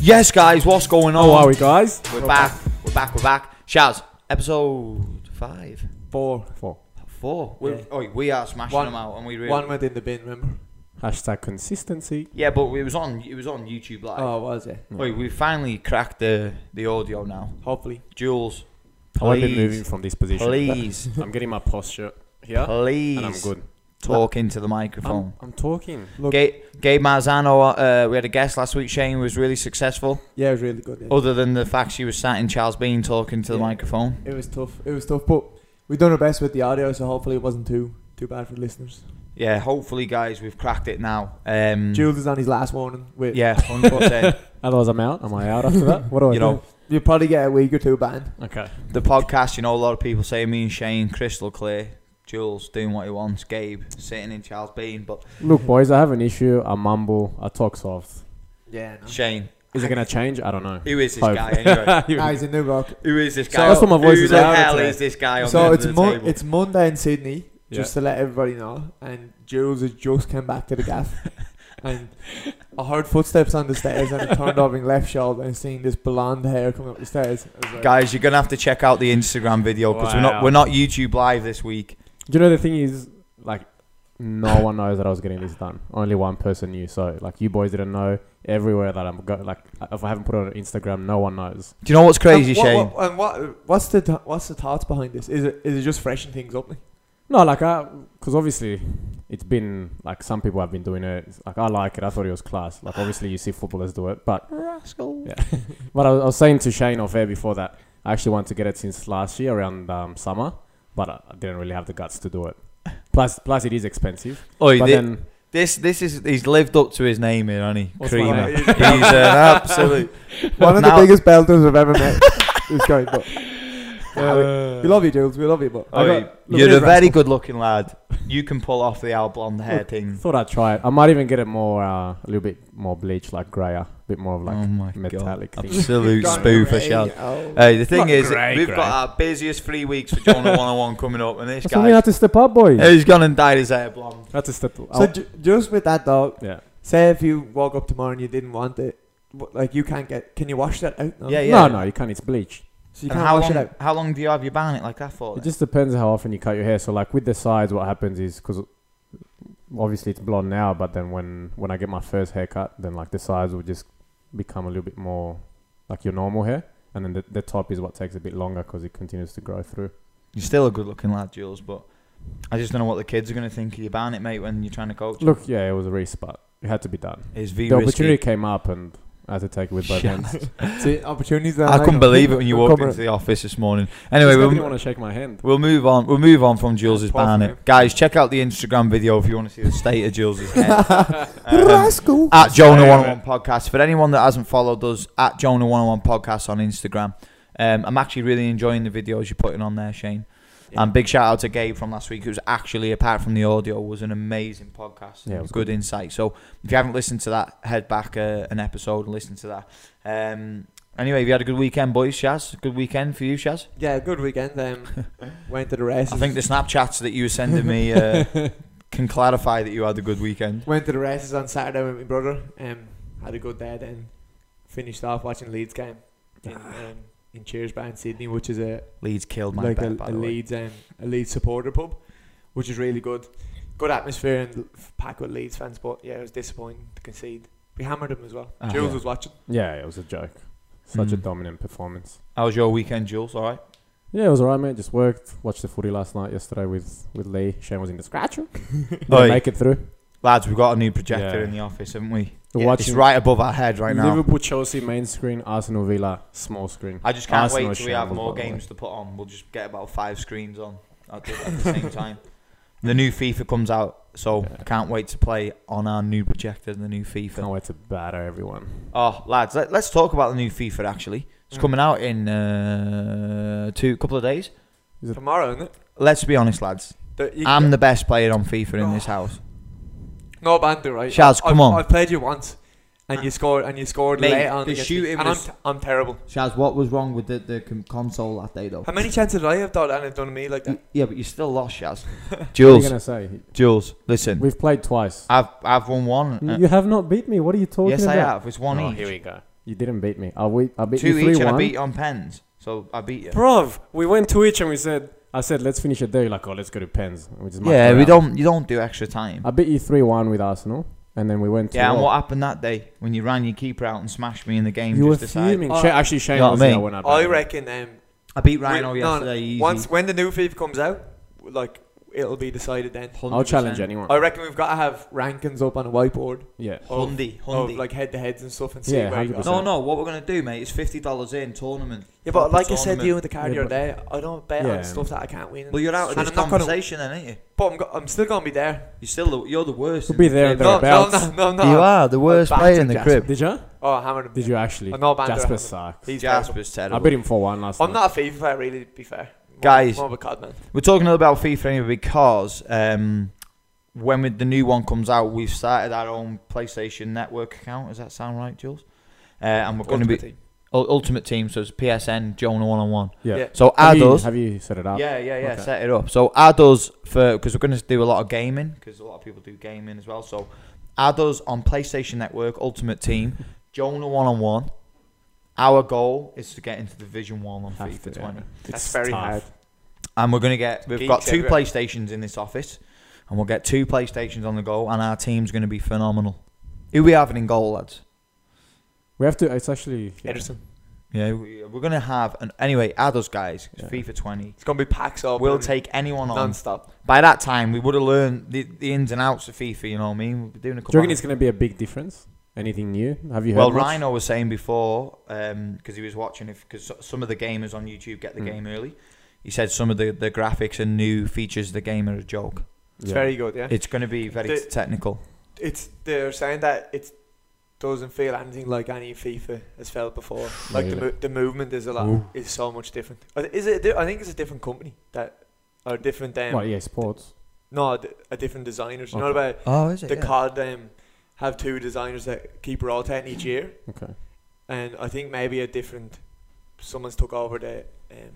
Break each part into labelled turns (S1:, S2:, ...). S1: Yes, guys, what's going on?
S2: Oh,
S3: How are we, guys?
S1: We're back. We're back. We're back. Shaz, episode five,
S3: Four. Four.
S1: four. We're,
S3: Yeah.
S1: oi, we are smashing
S3: One-
S1: them out, and we really.
S3: One went in the bin, remember? Hashtag consistency.
S1: Yeah, but it was on. It was on YouTube live.
S3: Oh, was it?
S1: Oi, we finally cracked the the audio now.
S3: Hopefully.
S1: Jules,
S2: I won't be
S1: Please.
S2: moving from this position.
S1: please,
S2: I'm getting my posture here,
S1: please,
S2: and I'm good.
S1: Talk into the microphone.
S2: I'm, I'm talking.
S3: Look,
S1: Gabe, Gabe Marzano, uh, we had a guest last week. Shane was really successful,
S3: yeah, it was really good. yeah.
S1: other than the fact she was sat in Charles Bean talking to the
S3: Yeah.
S1: microphone.
S3: It was tough. It was tough, but we done our best with the audio, so hopefully it wasn't too too bad for listeners.
S1: Yeah, hopefully, guys, we've cracked it now. Um,
S3: Jules is on his last warning. With
S1: Yeah, 100%.
S2: Otherwise, I'm out. Am I out after that?
S3: What do I
S1: You
S3: you
S1: know-
S3: know? You'll probably get a week or two ban.
S2: Okay.
S1: the podcast, you know, a lot of people say me and Shane, crystal clear. Jules doing what he wants. Gabe sitting in Charles Bean, but
S2: Look, boys, I have an issue. I mumble. I talk soft.
S3: Yeah. No.
S1: Shane,
S2: Is it gonna change? I don't know.
S1: who is this
S2: Hope.
S1: guy anyway?
S3: Nah, he's in New York.
S1: Who is this
S2: So
S1: guy?
S2: that's what my voice
S1: who
S2: is
S1: the
S2: out of
S1: hell
S2: today.
S1: is this guy on the
S3: So
S1: end
S3: it's
S1: of the
S3: Mo-
S1: table?
S3: it's Monday in Sydney, just
S2: Yeah.
S3: to let everybody know. And Jules has just came back to the gaff, and I heard footsteps on the stairs, and I turned over and left shoulder and seen this blonde hair coming up the stairs. I was like,
S1: Guys, you're gonna have to check out the Instagram video because we're not
S2: Wow.
S1: we're not YouTube live this week.
S2: Do you know the thing is, like, no one knows that I was getting this done. Only one person knew. So, like, you boys didn't know. Everywhere that I'm go, like, if I haven't put it on Instagram, no one knows.
S1: Do you know what's crazy,
S3: and what,
S1: Shane?
S3: What, and what what's the th- what's the thoughts behind this? Is it is it just freshen things up?
S2: No, like, I, because obviously, it's been like some people have been doing it. It's, Like, I like it. I thought it was class. Like, obviously, you see footballers do it, but
S1: Rascal.
S2: Yeah. But I was, I was saying to Shane off air before that I actually wanted to get it since last year around um, summer, but I I didn't really have the guts to do it. Plus, plus it is expensive.
S1: Oi,
S2: but
S1: thi-
S2: then
S1: this this is he's lived up to his name here, hasn't he?
S2: What's my
S1: Creamer.
S2: name? Uh,
S1: He's an absolute.
S3: One of
S1: Now-
S3: the biggest belters I've ever met. this guy, but we, we love you, Jules. We love you, but
S1: Oi,
S3: I got, look at
S1: you're a
S3: his
S1: very
S3: rascal.
S1: good-looking lad. You can pull off the owl blonde hair thing.
S2: thought I'd try it. I might even get it more, uh, a little bit more bleach, like grayer, a bit more of like.
S1: oh my
S2: metallic
S1: god!
S2: thing.
S1: Absolute
S3: Gone
S1: spoof Uh, for
S3: grey,
S1: shout.
S3: oh.
S1: Hey, the thing
S2: Not
S1: is,
S2: grey,
S1: we've
S2: grey.
S1: got our busiest three weeks for Jonah 101 coming up, and this
S2: That's why we
S1: guy,
S2: had to step up, boys.
S1: he's gone and dyed his hair blonde.
S2: That's a step. up. Oh,
S3: So ju- just with that though,
S2: yeah.
S3: say if you woke up tomorrow and you didn't want it, wh- like you can't get. Can you wash that out? No?
S1: Yeah,
S2: No, no, you can't. It's bleach.
S3: So you
S1: and
S3: can't
S1: how
S3: wash
S1: long?
S3: it out.
S1: How long do you have your ban it like that for?
S2: It
S1: then?
S2: just depends how often you cut your hair. So like with the sides, what happens is because obviously it's blonde now, but then when when I get my first haircut, then like the sides will just become a little bit more like your normal hair, and then the, the top is what takes a bit longer because it continues to grow through.
S1: You're still a good-looking lad, Jules, but I just don't know what the kids are going to think of your ban it, mate, when you're trying to coach.
S2: Look, yeah, it was a risk, but it had to be done.
S1: It's v
S2: the opportunity
S1: risky.
S2: came up, and I had to take it with both
S1: Shut
S2: hands.
S3: See opportunities. That
S1: I couldn't believe it when you walked
S3: Cover
S1: into the office this morning. Anyway,
S2: didn't
S1: we'll,
S2: want to shake my hand.
S1: we'll move on. We'll move on from Jules's
S3: Apart from
S1: ban it,
S3: you.
S1: guys. Check out the Instagram video if you want to see the state of Jules's hair. Um,
S3: Rascal.
S1: at Jonah One Hundred One Podcast. For anyone that hasn't followed us, at Jonah One Hundred One Podcast on Instagram. Um, I'm actually really enjoying the videos you're putting on there, Shane.
S3: Yeah.
S1: And big shout out to Gabe from last week. It was actually, apart from the audio, was an amazing podcast.
S2: Yeah, it
S1: and
S2: was
S1: good insight. So if you haven't listened to that, head back uh, an episode and listen to that. Um, anyway, have you had a good weekend, boys? Shaz, good weekend for you, Shaz.
S3: Yeah, good weekend. Um, went to the races.
S1: I think the Snapchats that you were sending me uh, can clarify that you had a good weekend.
S3: Went to the races on Saturday with my brother. Um, had a good day then. Finished off watching Leeds game in,
S1: Ah.
S3: um, in Cheers Bar in Sydney, which is a
S1: Leeds killed my
S3: like
S1: bet,
S3: a,
S1: by
S3: a
S1: the way.
S3: Leeds um, a Leeds supporter pub, which is really good. Good atmosphere and l- packed with Leeds fans, but yeah, it was disappointing to concede. We hammered them as well.
S1: Ah,
S3: Jules
S1: yeah.
S3: was watching.
S2: Yeah, it was a joke. Such a
S1: Mm.
S2: dominant performance.
S1: How was your weekend, Jules? All right.
S2: Yeah, it was alright, mate. Just worked. Watched the footy last night, yesterday with with Lee. Shane was in the scratcher. Didn't
S1: Oi.
S2: make it through.
S1: Lads, we've got a new projector
S2: Yeah.
S1: in the office, haven't we?
S2: We're
S1: Yeah, it's
S2: watching
S1: right above our head right now.
S2: Liverpool, Chelsea, main screen. Arsenal, Villa, small screen.
S1: I just can't
S2: Arsenal
S1: wait till we have
S2: shambles,
S1: more
S2: by the way.
S1: games to put on. We'll just get about five screens on at the, at the same time. The new FIFA comes out, so I can't wait to play on our new projector, the new
S2: Can't
S1: FIFA.
S2: wait to batter everyone.
S1: Oh, lads, let, us talk about the new FIFA actually. It's
S3: Mm.
S1: coming out in uh, two couple of days.
S2: Is it-
S3: Tomorrow, isn't it?
S1: Let's be honest, lads.
S3: The- you-
S1: I'm the best player on FIFA in this
S3: Oh.
S1: house.
S3: no banter, right?
S1: Shaz,
S3: I've-
S1: come on.
S3: I've played you once, and you scored, and you
S1: Ah.
S3: scored
S1: Mate,
S3: late on.
S1: the
S3: against me,
S1: shooting
S3: and I'm,
S1: was-
S3: t- I'm terrible.
S1: Shaz, what was wrong with the, the console that day, though?
S3: How many chances did I have done and have done to me like that?
S1: Yeah, but you still lost, Shaz.
S2: What are you
S1: Jules,
S2: gonna say?
S1: Jules, listen.
S2: We've played twice.
S1: I've I've won one. uh,
S2: you have not beat me. What are you talking
S1: yes,
S2: about? Oh,
S3: Oh,
S1: I have. It's one each.
S2: go. You didn't beat me. I we I beat
S1: Two
S2: you three
S1: each, and I
S2: one.
S1: beat you on pens. So I beat you.
S2: Bruv, we went to each and we said, I said, let's finish it there. You're like, oh, let's go to Pens. And We just
S1: yeah,
S2: mucked
S1: we
S2: around.
S1: don't. You don't do extra time.
S2: I beat you 3 1 with Arsenal, and then we went to.
S1: yeah, and
S2: Rob.
S1: what happened that day when you ran your keeper out and smashed me in the game?
S2: You were
S1: just to side?
S2: fuming.
S3: Oh,
S2: Sha- actually, Shane
S1: you know
S2: was
S1: what I
S2: there
S1: mean?
S2: when I beat
S3: I
S2: him.
S3: reckon um,
S1: I beat
S3: Wait,
S1: Rhino
S3: no,
S1: oh, yesterday. easy.
S3: once when the new FIFA comes out, like it'll be decided then.
S1: 100%.
S2: I'll challenge anyone.
S3: I reckon we've got to have rankings up on a whiteboard
S2: Yeah.
S3: of,
S1: Hundy,
S3: of
S1: hundy.
S3: like head to heads and stuff and see
S2: Yeah,
S3: where you go.
S2: 100%.
S1: no, no. What we're gonna do, mate, is fifty dollars in tournament.
S3: Yeah, but
S1: Proper
S3: like I said to
S1: tournament.
S3: you in the car the
S2: Yeah,
S3: other day, I don't bet
S2: Yeah.
S3: on stuff that I can't win.
S1: well, you're out of
S3: And
S1: this
S3: I'm not gonna-
S1: conversation, then, ain't you?
S3: but I'm, go- I'm still gonna be there.
S1: You're still the, you're the worst.
S2: We'll
S1: in
S2: be
S1: the
S2: there
S1: crib.
S2: and there.
S3: No, no,
S2: Thereabouts.
S3: no, no, no.
S4: You are the worst
S3: back
S4: player
S3: to
S4: in the
S3: Jackson.
S4: crib.
S2: Did you?
S3: Oh, hammered him.
S2: Did you actually?
S3: I know about
S2: Jasper
S3: Jasper.
S2: sucks.
S3: He's terrible.
S1: Jasper's
S2: I
S1: terrible.
S2: beat him 4 1 last
S3: I'm
S2: night.
S3: not a FIFA player, really. To be fair, More-
S1: Guys.
S3: more of a cod man.
S1: We're talking a little about FIFA anyway because um, when we, the new one comes out, we've started our own PlayStation Network account. Does that sound right, Jules? Uh, and we're going to be
S3: Ultimate team.
S1: U- Ultimate Team, so it's PSN Jonah one on one.
S2: Yeah.
S3: Yeah.
S1: So
S2: Have,
S1: add
S2: you,
S1: us.
S2: have you set it up?
S1: Yeah, yeah, yeah.
S2: Okay.
S1: Set it up. So add us for because we're going to do a lot of gaming because a lot of people do gaming as well. So add us on PlayStation Network Ultimate Team Jonah one on one. Our goal is to get into Division One on
S2: Have
S1: FIFA
S2: to, yeah.
S1: 20.
S2: It's
S3: That's very
S2: tough.
S3: hard.
S1: And we're gonna get we've
S3: Geeks
S1: got two
S3: everywhere.
S1: PlayStations in this office, and we'll get two PlayStations on the goal, and our team's gonna be phenomenal. Who we having in goal, lads?
S2: We have to. It's actually. yeah.
S3: Ederson.
S1: Yeah, we- we're gonna have an anyway. Add us, guys. It's
S2: Yeah.
S1: FIFA 20.
S3: It's gonna be packs up.
S1: We'll
S3: and
S1: take anyone on.
S3: non-stop.
S1: By that time, we would have learned the, the ins and outs of FIFA. You know what I mean? We'll be doing a
S2: Do you
S1: couple.
S2: reckon it's going to be a big difference? Anything new? Have you heard?
S1: well,
S2: much?
S1: Rhino was saying before because he was watching if because some of the gamers on YouTube get the
S2: Mm.
S1: game early. He said some of the, the graphics and new features of the game are a joke.
S3: It's
S2: Yeah.
S3: very good. Yeah.
S1: It's going to be very
S3: The-
S1: t- technical.
S3: it's they're saying that it doesn't feel anything like any FIFA has felt before. Like the,
S2: Really?
S3: mo- the movement is a lot
S2: Ooh.
S3: is so much different. Uh, Is it? a di- I think it's a different company that or different um,
S2: Well, yeah, sports.
S3: no a di- a different designers. You know
S2: Okay.
S3: about
S1: Oh, is it?
S3: the COD um, have two designers that keep rotating each year,
S2: Okay.
S3: and I think maybe a different someone's took over the um,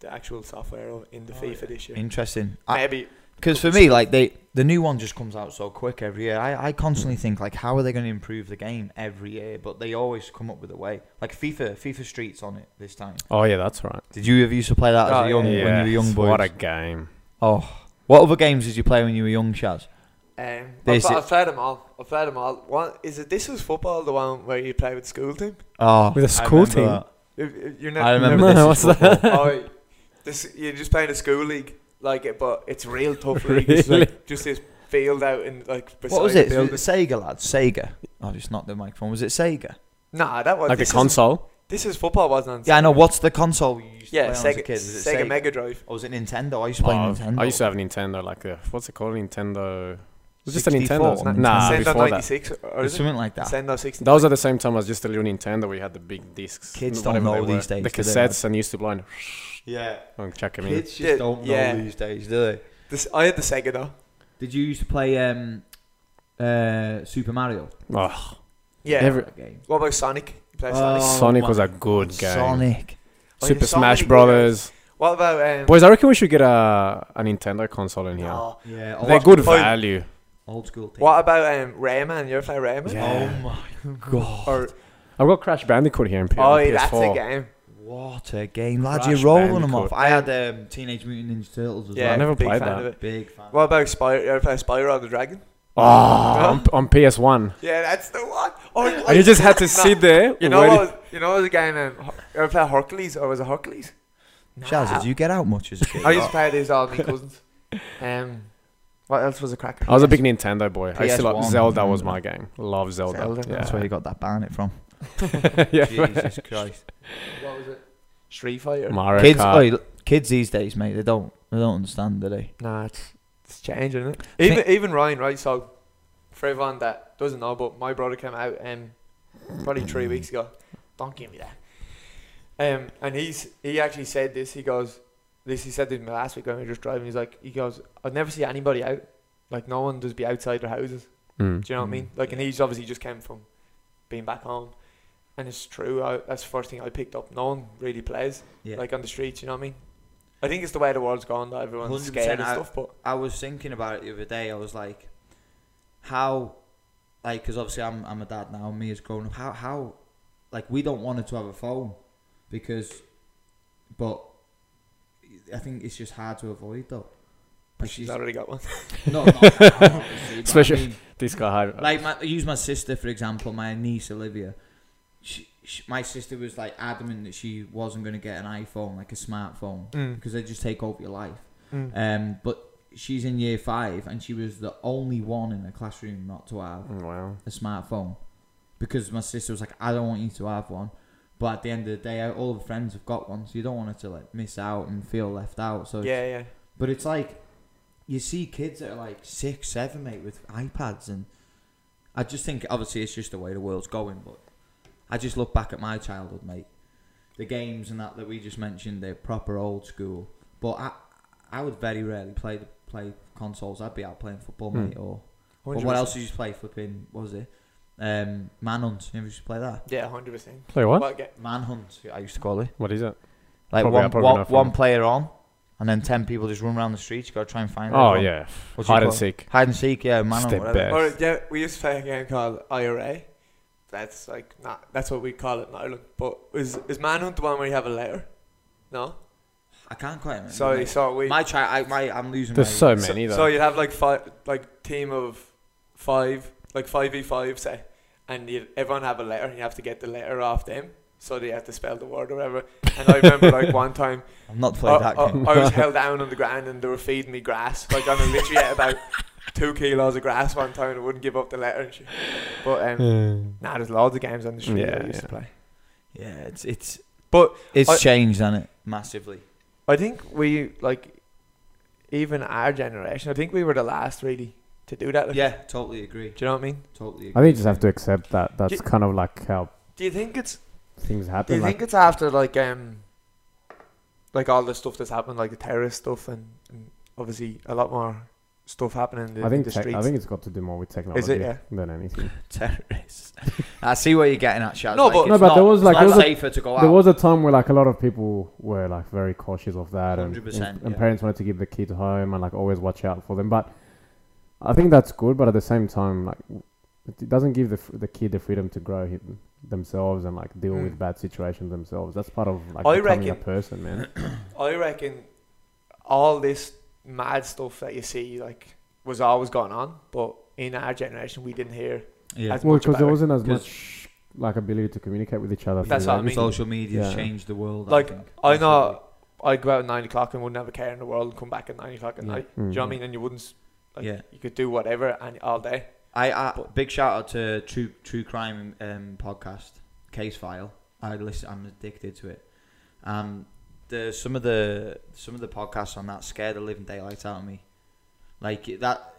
S3: the actual software o- in the
S1: Oh,
S3: FIFA
S1: yeah.
S3: this year.
S1: Interesting.
S3: Maybe um,
S1: Because for me, like they, the new one just comes out so quick every year. I, I constantly think like, how are they going to improve the game every year? But they always come up with a way. Like FIFA, FIFA Streets on it this time.
S2: Oh, yeah, that's right.
S1: Did you ever used to play that as
S3: Oh,
S1: a young
S3: yeah.
S1: when you were young boy?
S2: What a game.
S1: oh, what other games did you play when you were young, Shaz?
S3: um, I've,
S1: This
S3: pl-
S1: i-
S3: I've played them all. I've played them all. One is it? This was football, the one where you play with school team.
S1: Oh,
S2: With a
S1: I
S2: school
S1: remember
S2: team?
S1: that.
S3: If- if You're
S1: I
S3: you've
S1: remember
S3: never-
S1: this.
S2: No,
S1: is
S2: what's that?
S1: football.
S3: oh, this you're just playing a school league like it, but it's real tough league. It's
S2: Really?
S3: like just this field out and like beside
S1: What was
S3: the
S1: it?
S3: building.
S1: Was it Sega, lads. Sega. Oh, just knocked the microphone. Was it Sega?
S3: Nah, that was
S2: Like a
S3: this Is,
S2: console?
S3: this is football, wasn't it?
S1: Yeah, I know. What's the console you used to
S3: Yeah,
S1: play on as a
S3: Sega,
S1: kid? Was it
S3: Sega, Mega Drive.
S1: Or was it Nintendo? I used to play
S2: Oh,
S1: Nintendo.
S2: I used to have a Nintendo, like a. What's it called? Nintendo. It was just a
S1: 64,
S2: Nintendo.
S1: wasn't it?
S2: Nah,
S3: Sendo
S2: before that.
S3: 96 or
S1: Or
S3: Oh, is it?
S1: something like that.
S3: Sendo 60.
S2: Those at the same time as just a little Nintendo. We had the big discs.
S1: Kids don't
S2: whatever they
S1: know
S2: were.
S1: these days,
S2: The
S1: do they,
S2: cassettes and used to blind
S1: Yeah.
S2: and check them in.
S1: Kids
S3: Yeah,
S1: just don't
S3: yeah.
S1: know these days, do they?
S3: This, I had the Sega though.
S1: Did you used to play um, uh, Super Mario?
S2: Oh,
S3: Yeah.
S2: Every-
S1: That game.
S3: what about Sonic? You play
S1: Oh,
S3: Sonic?
S2: Sonic
S1: my-
S2: was a good game.
S1: Sonic.
S3: Oh,
S2: Super
S3: there's so
S2: Smash
S3: many good
S2: Brothers.
S3: What about um? oh,
S2: Boys, I reckon we should get a a Nintendo console in here.
S3: no.
S1: Yeah,
S2: They're
S1: old,
S2: good
S3: Boy-
S2: value.
S1: old school thing.
S3: What about um Rayman? You ever play Rayman?
S2: Yeah.
S1: Oh my god.
S3: Or
S2: I've got Crash Bandicoot here in P-
S3: oh,
S2: on PS4.
S3: that's a game.
S1: What a game, lads.
S2: Crash
S1: You're rolling them
S2: Bandicoot.
S1: off. I had um, Teenage Mutant Ninja Turtles as
S3: Yeah,
S2: I
S1: well.
S2: never
S3: big
S2: played
S3: fan
S2: that.
S3: Of it.
S1: Big fan.
S3: What about Spyro? You ever play Spyro the Dragon?
S2: Oh, on, on PS1.
S3: Yeah, that's the one. Oh,
S2: And you just had to
S3: no.
S2: sit there.
S3: You know
S2: waiting-
S3: what? Was, you know what was a game? Um, Ho- you ever play Hercules or was it Hercules?
S1: Shaz, did you get out much as a kid?
S3: I used to play these all my cousins. Um, what else was a cracker?
S2: I was a big Nintendo boy. I used to like
S1: PS1,
S2: Zelda was
S1: remember.
S2: my game. Love Zelda.
S3: Zelda.
S2: Yeah.
S1: Mm. That's where you got that Barnet from.
S2: yeah.
S1: Jesus Christ.
S3: What was it? Street Fighter.
S2: Mario
S1: Kids, oh,
S2: Kart.
S1: oi, kids these days, mate, they don't, they don't understand, do they?
S3: Nah, it's it's changing it. Even even Ryan, right? So, for everyone that doesn't know, but my brother came out um probably three weeks ago. Don't give me that. Um, and he's he actually said this. He goes, this he said to me last week when we were just driving. He's like, he goes, I never see anybody out. Like no one does be outside their houses.
S2: Mm.
S3: Do you know what I
S1: Mm,
S3: mean? Like, and
S1: yeah.
S3: he's obviously just came from being back home, and it's true. I, that's the first thing I picked up. No one really plays
S1: Yeah.
S3: like on the streets. You know what I mean? I think it's the way the world's gone that everyone's
S1: 100%
S3: scared and
S1: I-
S3: stuff. But
S1: I was thinking about it the other day. I was like, how, like, because obviously I'm I'm a dad now. Me as grown up. How how like we don't want her to have a phone because, but I think it's just hard to avoid though. Like
S3: She's already got one.
S1: no, not- obviously, but
S4: Especially-
S1: I mean,
S4: This guy had.
S1: like my, use my sister for example, my niece Olivia. She, she, my sister was like adamant that she wasn't going to get an iPhone, like a smartphone,
S3: Mm.
S1: because they just take over your life.
S3: Mm.
S1: Um, but she's in year five, and she was the only one in the classroom not to have
S2: Mm, Wow.
S1: a smartphone because my sister was like, I don't want you to have one. But at the end of the day, all the friends have got one, so you don't want her to like miss out and feel left out. So,
S3: Yeah, yeah.
S1: but it's like you see kids that are like six, seven, mate, with iPads, and I just think obviously it's just the way the world's going. But I just look back at my childhood, mate. The games and that that we just mentioned, they're proper old school. But I, I would very rarely play the play consoles. I'd be out playing football,
S2: Hmm.
S1: mate, or but what else did you play? Flipping, what was it? Um, Manhunt. You ever used to play that?
S3: Yeah, hundred percent.
S2: Play what?
S3: But get-
S1: Manhunt, I used to call it.
S2: What is it?
S1: Like
S2: Probably-
S1: one,
S2: probably
S1: one,
S2: not
S1: one
S2: fun.
S1: player on, and then 10 people just run around the streets. you got to try and find
S2: Oh
S1: everyone.
S2: yeah,
S1: What do you
S2: hide and
S1: call it?
S2: seek.
S1: Hide and seek, yeah, Manhunt.
S2: Step
S1: whatever.
S2: back.
S3: Or, yeah, we used to play a game called IRA. That's like not. That's what we call it in Ireland. But is is manhunt the one where you have a letter? No.
S1: I can't quite remember.
S3: Sorry,
S1: mate.
S3: so we.
S1: My child, I, my, I'm losing
S2: There's
S1: my...
S2: so
S3: so,
S2: many though.
S3: so you'd have like five, like team of five, like five v five, say, and you everyone have a letter, and you have to get the letter off them. So they have to spell the word or whatever. And I remember like one time
S1: I've not
S2: Uh,
S1: played
S3: I,
S1: that
S3: I-
S1: game.
S3: I was held down on the ground and they were feeding me grass. Like I literally ate about two kilos of grass one time and I wouldn't give up the letter and shit. But um, nah, there's loads of games on the street that
S2: Yeah,
S3: I used to
S2: yeah.
S3: play.
S1: yeah, it's it's
S3: But
S1: it's
S3: I-
S1: changed, hasn't it? Massively.
S3: I think we like even our generation. I think we were the last really to do that. Like,
S1: Yeah, totally agree.
S3: Do you know what I mean?
S1: Totally agree.
S2: Uh, I think you just have to accept that. That's
S3: Do-
S2: kind of like how
S3: Do you think it's
S2: things
S3: Do
S2: happen.
S3: you
S2: Like,
S3: think it's after like um like all the stuff that's happened, like the terrorist stuff and, and obviously a lot more stuff happening in the,
S2: I think
S3: the
S2: tech-
S3: streets?
S2: I think it's got to do more with technology
S3: Yeah.
S2: than anything.
S1: Terrorists. I see where you're getting at, Shaz.
S3: No,
S1: like,
S3: but-
S1: it's
S2: No, but
S1: not,
S2: there was,
S1: it's
S2: like,
S1: not
S2: there was a-
S1: safer to go out.
S2: There was a time where like a lot of people were like very cautious of that, and,
S1: 100%,
S2: and, and
S1: yeah.
S2: parents wanted to give the kids home and like always watch out for them. But I think that's good, but at the same time, like w- it doesn't give the f- the kid the freedom to grow him, themselves and like deal with
S3: Mm.
S2: bad situations themselves. That's part of like
S3: I
S2: becoming a
S3: reckon-
S2: person, man.
S3: I reckon all this mad stuff that you see like was always going on, but in our generation we didn't hear.
S1: yeah.
S3: as
S2: well,
S3: much
S2: because there
S3: about it.
S2: wasn't as
S1: 'Cause-
S2: much like ability to communicate with each other.
S3: That's
S2: through
S3: what I
S2: language.
S3: mean.
S1: Social media's
S2: Yeah.
S1: changed the world.
S3: Like,
S1: I, think,
S3: I know
S1: massively.
S3: I'd go out at nine o'clock and wouldn't have a care in the world and come back at nine o'clock at
S1: Yeah.
S3: night. Do you know what
S2: Mhm.
S3: I mean? And you wouldn't. s- Like,
S1: Yeah.
S3: You could do whatever and all day.
S1: I, I big shout out to True True Crime um, podcast Case File. I listen. I'm addicted to it. Um, the some of the some of the podcasts on that scare the living daylight out of me. Like that,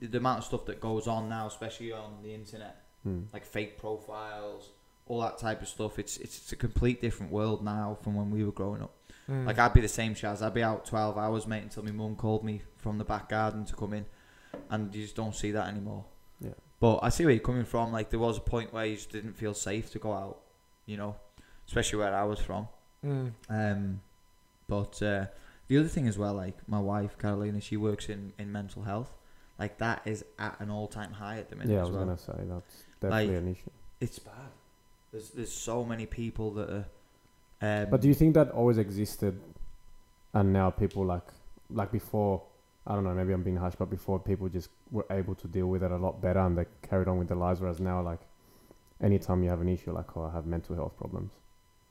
S1: the amount of stuff that goes on now, especially on the internet,
S2: Mm.
S1: like fake profiles, all that type of stuff. It's it's, it's a complete different world now from when we were growing up.
S3: Mm.
S2: Hmm.
S1: Like I'd be the same, Shaz. I'd be out twelve hours, mate, until my mum called me from the back garden to come in, and you just don't see that anymore.
S2: Yeah.
S1: But I see where you're coming from. Like there was a point where you just didn't feel safe to go out, you know, especially where I was from.
S3: Mm.
S1: Um, but uh, the other thing as well, like my wife Carolina, she works in in mental health. Like that is at an all time high at the minute.
S2: Yeah, I
S1: as
S2: was
S1: well
S2: gonna say that's definitely an issue.
S1: it's bad. There's there's so many people that are. Um,
S2: But do you think that always existed, and now people like like before? I don't know. Maybe I'm being harsh, but before people just were able to deal with it a lot better, and they carried on with their lives. Whereas now, like, anytime you have an issue, like, oh, I have mental health problems,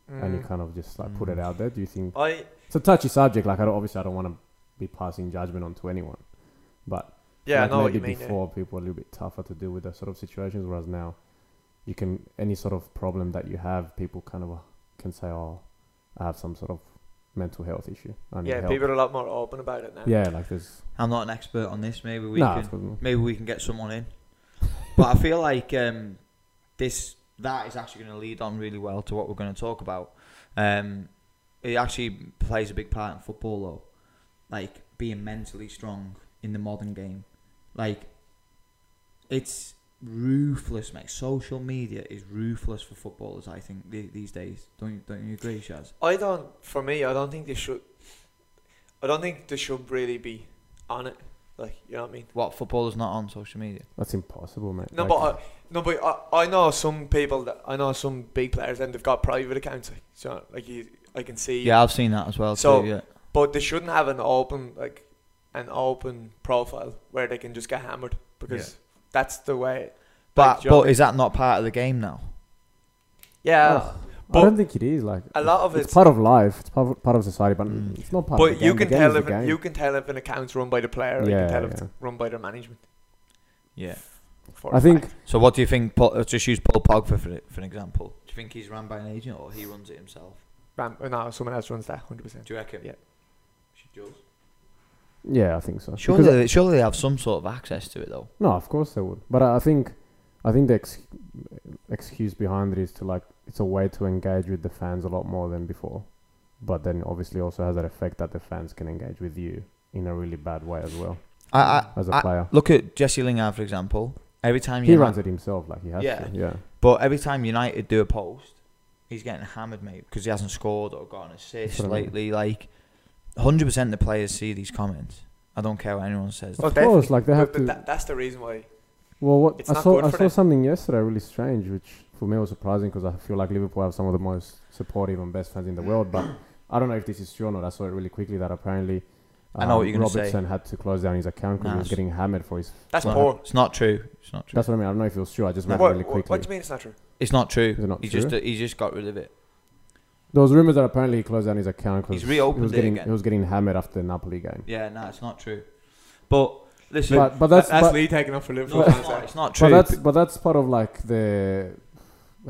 S2: and you
S3: Mm.
S2: kind of just like put it
S1: Mm.
S2: out there. Do you think
S3: I
S2: it's a touchy subject? Like, I don't, obviously I don't want to be passing judgment onto anyone, but
S3: yeah, I
S2: like
S3: know what
S2: maybe
S3: you mean. yeah.
S2: before people were a little bit tougher to deal with those sort of situations, whereas now you can any sort of problem that you have, people kind of uh, can say, "Oh, I have some sort of mental health issue." I need
S3: Yeah,
S2: help."
S3: people are a lot more open about it now.
S2: Yeah, like there's
S1: I'm not an expert on this. Maybe we
S2: no,
S1: can
S2: of course not.
S1: maybe we can get someone in. but I feel like um, this that is actually going to lead on really well to what we're going to talk about. Um, it actually plays a big part in football, though, like being mentally strong in the modern game. Like it's ruthless, mate. Social media is ruthless for footballers. I think the- these days, don't you, don't you agree, Shaz?
S3: I don't. For me, I don't think they should. I don't think they should really be on it. Like, you know what I mean?
S1: What footballers not on social media?
S2: That's impossible, mate.
S3: No,
S2: Like, oh,
S3: but uh, I, no, but I, I know some people that I know some big players and they've got private accounts. Like, so like you, I can see.
S1: Yeah, I've seen that as well.
S3: So-
S1: too, yeah.
S3: But they shouldn't have an open like an open profile where they can just get hammered because that's the way.
S1: but
S3: do you know
S1: but
S3: what I
S1: is that not part of the game now?
S3: Yeah,
S2: Ugh. I
S3: but-
S2: don't think it is. Like
S3: a lot of
S2: it's,
S3: it's.
S2: part of life. It's part of, part of society, but
S1: Mm.
S2: it's not part. of
S3: but
S2: the
S3: you
S2: game.
S3: can
S2: the game
S3: tell
S2: is
S3: if
S2: the game.
S3: you can tell if an account's run by the player. or you
S2: Yeah,
S3: can tell if
S2: yeah.
S3: it's run by their management.
S1: Yeah.
S3: for
S2: I
S3: a
S2: think
S3: fact.
S1: So what do you think? Paul, let's just use Paul Pogba for for an example. Do you think he's run by an agent or he runs it himself?
S3: Ram- no, someone else runs that hundred percent.
S1: Do you reckon?
S3: Yeah.
S1: She does.
S2: yeah, I think so.
S1: Surely,
S2: Because-
S1: they, surely they have some sort of access to it though.
S2: no, of course they would. But I I think I think the ex- excuse behind it is to like it's a way to engage with the fans a lot more than before. But then obviously also has that effect that the fans can engage with you in a really bad way as well
S1: I, I,
S2: as a
S1: I-
S2: player.
S1: look at Jesse Lingard for example. Every time
S2: He
S1: United,
S2: runs it himself, like he has
S1: Yeah.
S2: to. Yeah.
S1: but every time United do a post, he's getting hammered, mate, because he hasn't scored or got an assist
S2: That's what I mean.
S1: lately. Like, hundred percent, the players see these comments. I don't care what anyone says.
S3: Well,
S2: Of
S3: Oh,
S2: course,
S3: definitely.
S2: like they
S3: But-
S2: have
S3: but
S2: to.
S3: that- that's the reason why.
S2: Well, what
S3: It's
S2: I
S3: not
S2: saw,
S3: good
S2: I
S3: for
S2: saw
S3: them.
S2: something yesterday really strange, which for me was surprising because I feel like Liverpool have some of the most supportive and best fans in the world. But I don't know if this is true or not. I saw it really quickly that apparently um,
S1: I know what you're gonna say.
S2: Robertson had to close down his account because
S1: Nah,
S2: he was
S1: it's-
S2: getting hammered for his.
S1: it's
S3: That's
S1: not,
S3: poor.
S1: It's not true. It's not true.
S2: That's what I mean. I don't know if it was true. I just read it
S3: what,
S2: really
S3: what,
S2: quickly.
S3: what do you mean it's not true?
S1: it's not true.
S2: Is it not
S1: he
S2: true?
S1: just he just got rid of it.
S2: there was rumors that apparently he closed down his account
S1: He's
S2: because he
S1: reopened
S2: was
S1: it
S2: getting
S1: again.
S2: he was getting hammered after the Napoli game.
S1: Yeah, no, it's not true. But listen,
S2: But but that's
S3: That- that's
S2: but,
S3: Lee taking off for
S1: no,
S3: Liverpool.
S1: it's,
S3: fans,
S1: not,
S3: that.
S1: it's not
S2: but
S1: true.
S2: that's but that's part of like the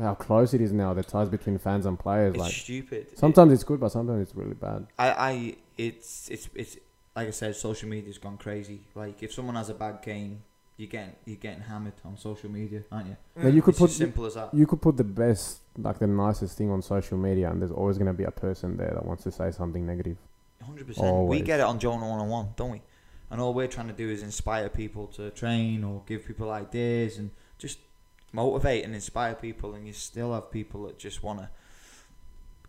S2: how close it is now. The ties between fans and players.
S1: it's
S2: like
S1: stupid. It-
S2: sometimes it's good, but sometimes it's really bad.
S1: I, I, it's, it's, it's like I said, social media's gone crazy. Like if someone has a bad game, you get you're getting hammered on social media, aren't you?
S2: Now you could
S1: it's
S2: put
S1: as simple as that.
S2: you could put the best, like the nicest thing on social media, and there's always going to be a person there that wants to say something negative.
S1: Hundred percent. We
S2: Always.
S1: get it on Jonah One on One, don't we? And all we're trying to do is inspire people to train or give people ideas and just motivate and inspire people. And you still have people that just want to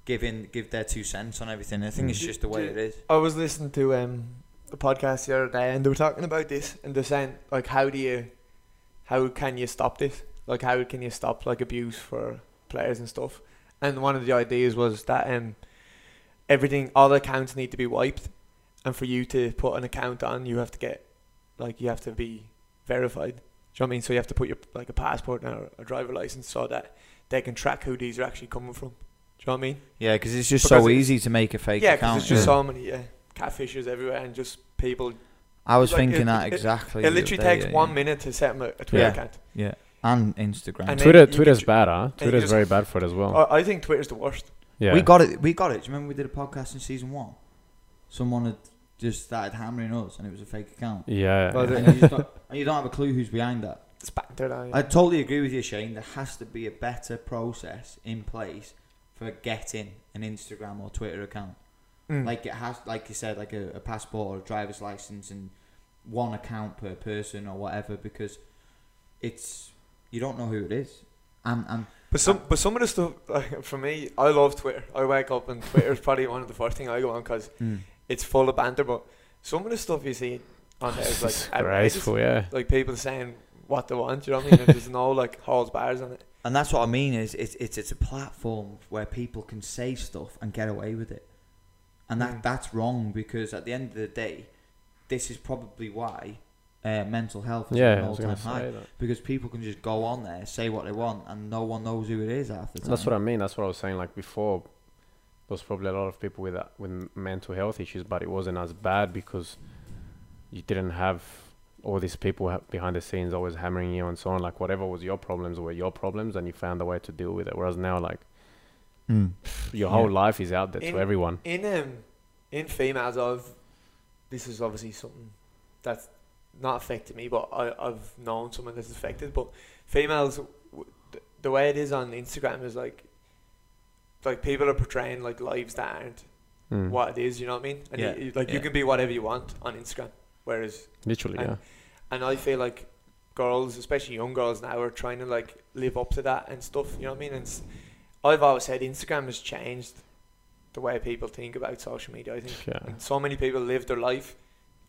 S1: give in, give their two cents on everything. I think it's
S3: Mm.
S1: just the way
S3: Do-
S1: it is.
S3: I was listening to um a podcast the other day, and they were talking about this, and they're saying like, how do you, how can you stop this? Like, how can you stop like abuse for players and stuff? And one of the ideas was that um, everything, all the accounts need to be wiped, and for you to put an account on, you have to get, like, you have to be verified. Do you know what I mean? So you have to put your like a passport and a driver license so that they can track who these are actually coming from. Do you know what I mean?
S1: Yeah, because it's just
S3: Because
S1: so
S3: it's-
S1: easy to make a fake
S3: yeah,
S1: account.
S3: because it's just
S1: yeah.
S3: so many yeah, catfishes everywhere and just people.
S1: I was
S3: like,
S1: thinking
S3: it-
S1: that
S3: it-
S1: exactly.
S3: It
S1: the
S3: literally
S1: other day,
S3: takes
S1: yeah,
S3: one
S1: yeah.
S3: minute to set 'em a, a Twitter
S1: Yeah.
S3: account.
S1: Yeah, and Instagram.
S3: And
S2: Twitter,
S3: then you
S2: Twitter's
S3: could ju-
S2: bad, huh? Twitter's
S3: just-
S2: very bad for it as
S1: Oh.
S2: well.
S3: I, I think Twitter's the worst.
S2: yeah,
S1: We got it. We got it. Do you remember we did a podcast in season one? Someone had just started hammering us, and it was a fake account.
S2: yeah.
S3: Well,
S1: and, you just don't, and you don't have a clue who's behind that.
S3: It's banter, though, yeah.
S1: I totally agree with you, Shane. There has to be a better process in place for getting an Instagram or Twitter account.
S3: Mm.
S1: Like it has, like you said, like a, a passport or a driver's license and one account per person or whatever, because it's you don't know who it is. And and
S3: but some but some of the stuff like for me, I love Twitter. I wake up and Twitter's probably one of the first thing I go on because it's full of banter. But some of the stuff you see on there is like outrageous.
S2: graceful, yeah.
S3: Like people saying what they want. You know what I mean? And there's no like holds bars on it.
S1: and that's what I mean is it's it's it's a platform where people can say stuff and get away with it, and that
S3: Mm.
S1: that's wrong because at the end of the day, this is probably why uh, mental health is at
S2: Yeah,
S1: an
S2: I was gonna
S1: all-time high
S2: say that.
S1: because people can just go on there say what they want and no one knows who it is half the time.
S2: That's what I mean. That's what I was saying. Like before, there's probably a lot of people with uh, with mental health issues, but it wasn't as bad because you didn't have all these people ha- behind the scenes always hammering you and so on. Like whatever was your problems were your problems, and you found a way to deal with it. Whereas now, like your
S1: Yeah.
S2: whole life is out there
S3: In-
S2: to everyone.
S3: In um in females, I've this is obviously something that's not affected me, but I, I've known someone that's affected. But females, w- th- the way it is on Instagram is like like people are portraying like lives that aren't
S2: Mm.
S3: what it is. You know what I mean? And
S1: Yeah,
S3: you- you- like
S1: yeah.
S3: you can be whatever you want on Instagram, whereas
S2: Literally,
S3: and-
S2: yeah.
S3: and I feel like girls, especially young girls now, are trying to like live up to that and stuff. You know what I mean? And s- I've always said Instagram has changed the way people think about social media. I think
S2: Yeah.
S3: and so many people live their life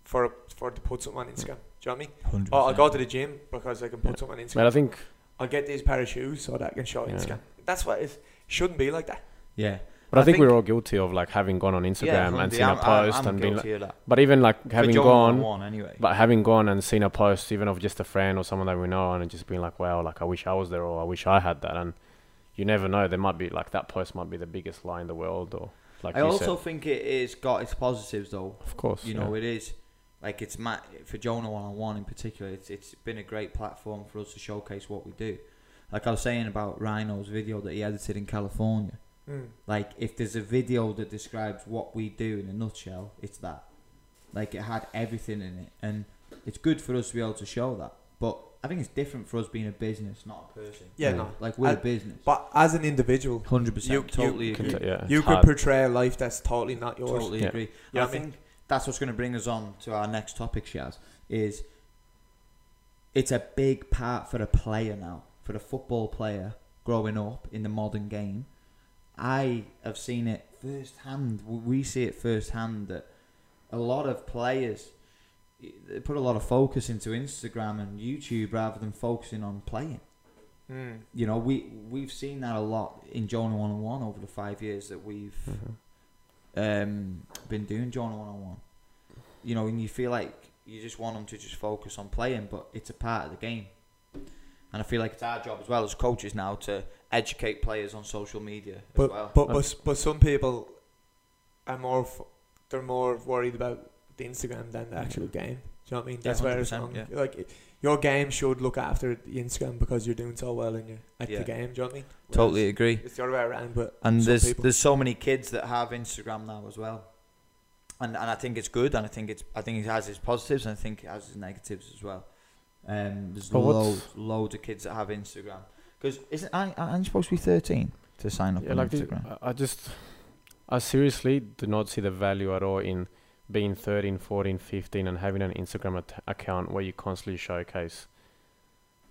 S3: for for to put something on Instagram. Do you know what I mean?
S1: 100%.
S3: Or I'll go to the gym because I can put something on Instagram.
S2: But I think
S3: I'll get these pair of shoes so that I can show
S2: Yeah.
S3: Instagram. That's what it is. Shouldn't be like that.
S1: yeah.
S2: But I,
S1: I
S2: think,
S1: think-
S2: we're all guilty of like having gone on
S1: yeah,
S2: Instagram and
S1: Hundy,
S2: seen a
S1: I'm- I'm-
S2: post
S1: I'm
S2: and been like,
S1: guilty of that.
S2: but even like
S1: For
S2: having
S1: Joe
S2: gone,
S1: one anyway.
S2: but having gone and seen a post even of just a friend or someone that we know and just being like, wow, like I wish I was there or I wish I had that, and you never know. There might be like that post might be the biggest lie in the world or like
S1: I
S2: you
S1: also
S2: said,
S1: think it is got its positives though.
S2: of course,
S1: You
S2: yeah.
S1: know, it is like it's ma for Jonah one on one in particular. It's it's been a great platform for us to showcase what we do. Like I was saying about Rhino's video that he edited in California.
S3: Mm.
S1: Like if there's a video that describes what we do in a nutshell, it's that. Like it had everything in it, and it's good for us to be able to show that. But I think it's different for us being a business, not a person.
S3: Yeah,
S2: Yeah.
S3: no.
S1: Like we're a
S3: And-
S1: business.
S3: But as an individual,
S1: Hundred
S3: you-
S1: percent, totally
S3: you-
S1: agree.
S2: Conta- yeah,
S3: you
S2: it's
S3: could
S2: hard.
S3: portray a life that's totally not yours.
S1: Totally
S2: Yeah.
S1: agree.
S3: Yeah,
S1: I,
S3: I mean-
S1: think that's what's going to bring us on to our next topic, Shaz, is it's a big part for a player now, for a football player growing up in the modern game. I have seen it firsthand. w- We see it firsthand that a lot of players eh, they put a lot of focus into Instagram and YouTube rather than focusing on playing
S3: Mm.
S1: you know, we we've seen that a lot in Jonah One on One over the five years that we've
S3: Mm-hmm.
S1: um, been doing Jonah One on One. You know, and you feel like you just want them to just focus on playing, but it's a part of the game. And I feel like it's our job as well as coaches now to educate players on social media as
S3: But,
S1: well.
S3: but but but some people are more f- they're more worried about the Instagram than the actual
S2: Mm.
S3: game. Do you know what I mean?
S1: Yeah,
S3: That's where it's
S1: 100%,
S3: wrong. Like it- your game should look after the Instagram because you're doing so well in your at
S1: Yeah.
S3: the game. Do you know what I mean? Whereas
S1: totally agree.
S3: It's the other way around. But
S1: And
S3: some
S1: there's
S3: people-
S1: there's so many kids that have Instagram now as well. And and I think it's good and I think it's I think it has its positives and I think it has its negatives as well. Um, there's
S2: But what's-
S1: loads loads of kids that have Instagram because isn't I I'm supposed to be 13 to sign up
S2: Yeah,
S1: on
S2: like the-
S1: Instagram.
S2: I I just, I seriously do not see the value at all in being 13, 14, 15 and having an Instagram at- account where you constantly showcase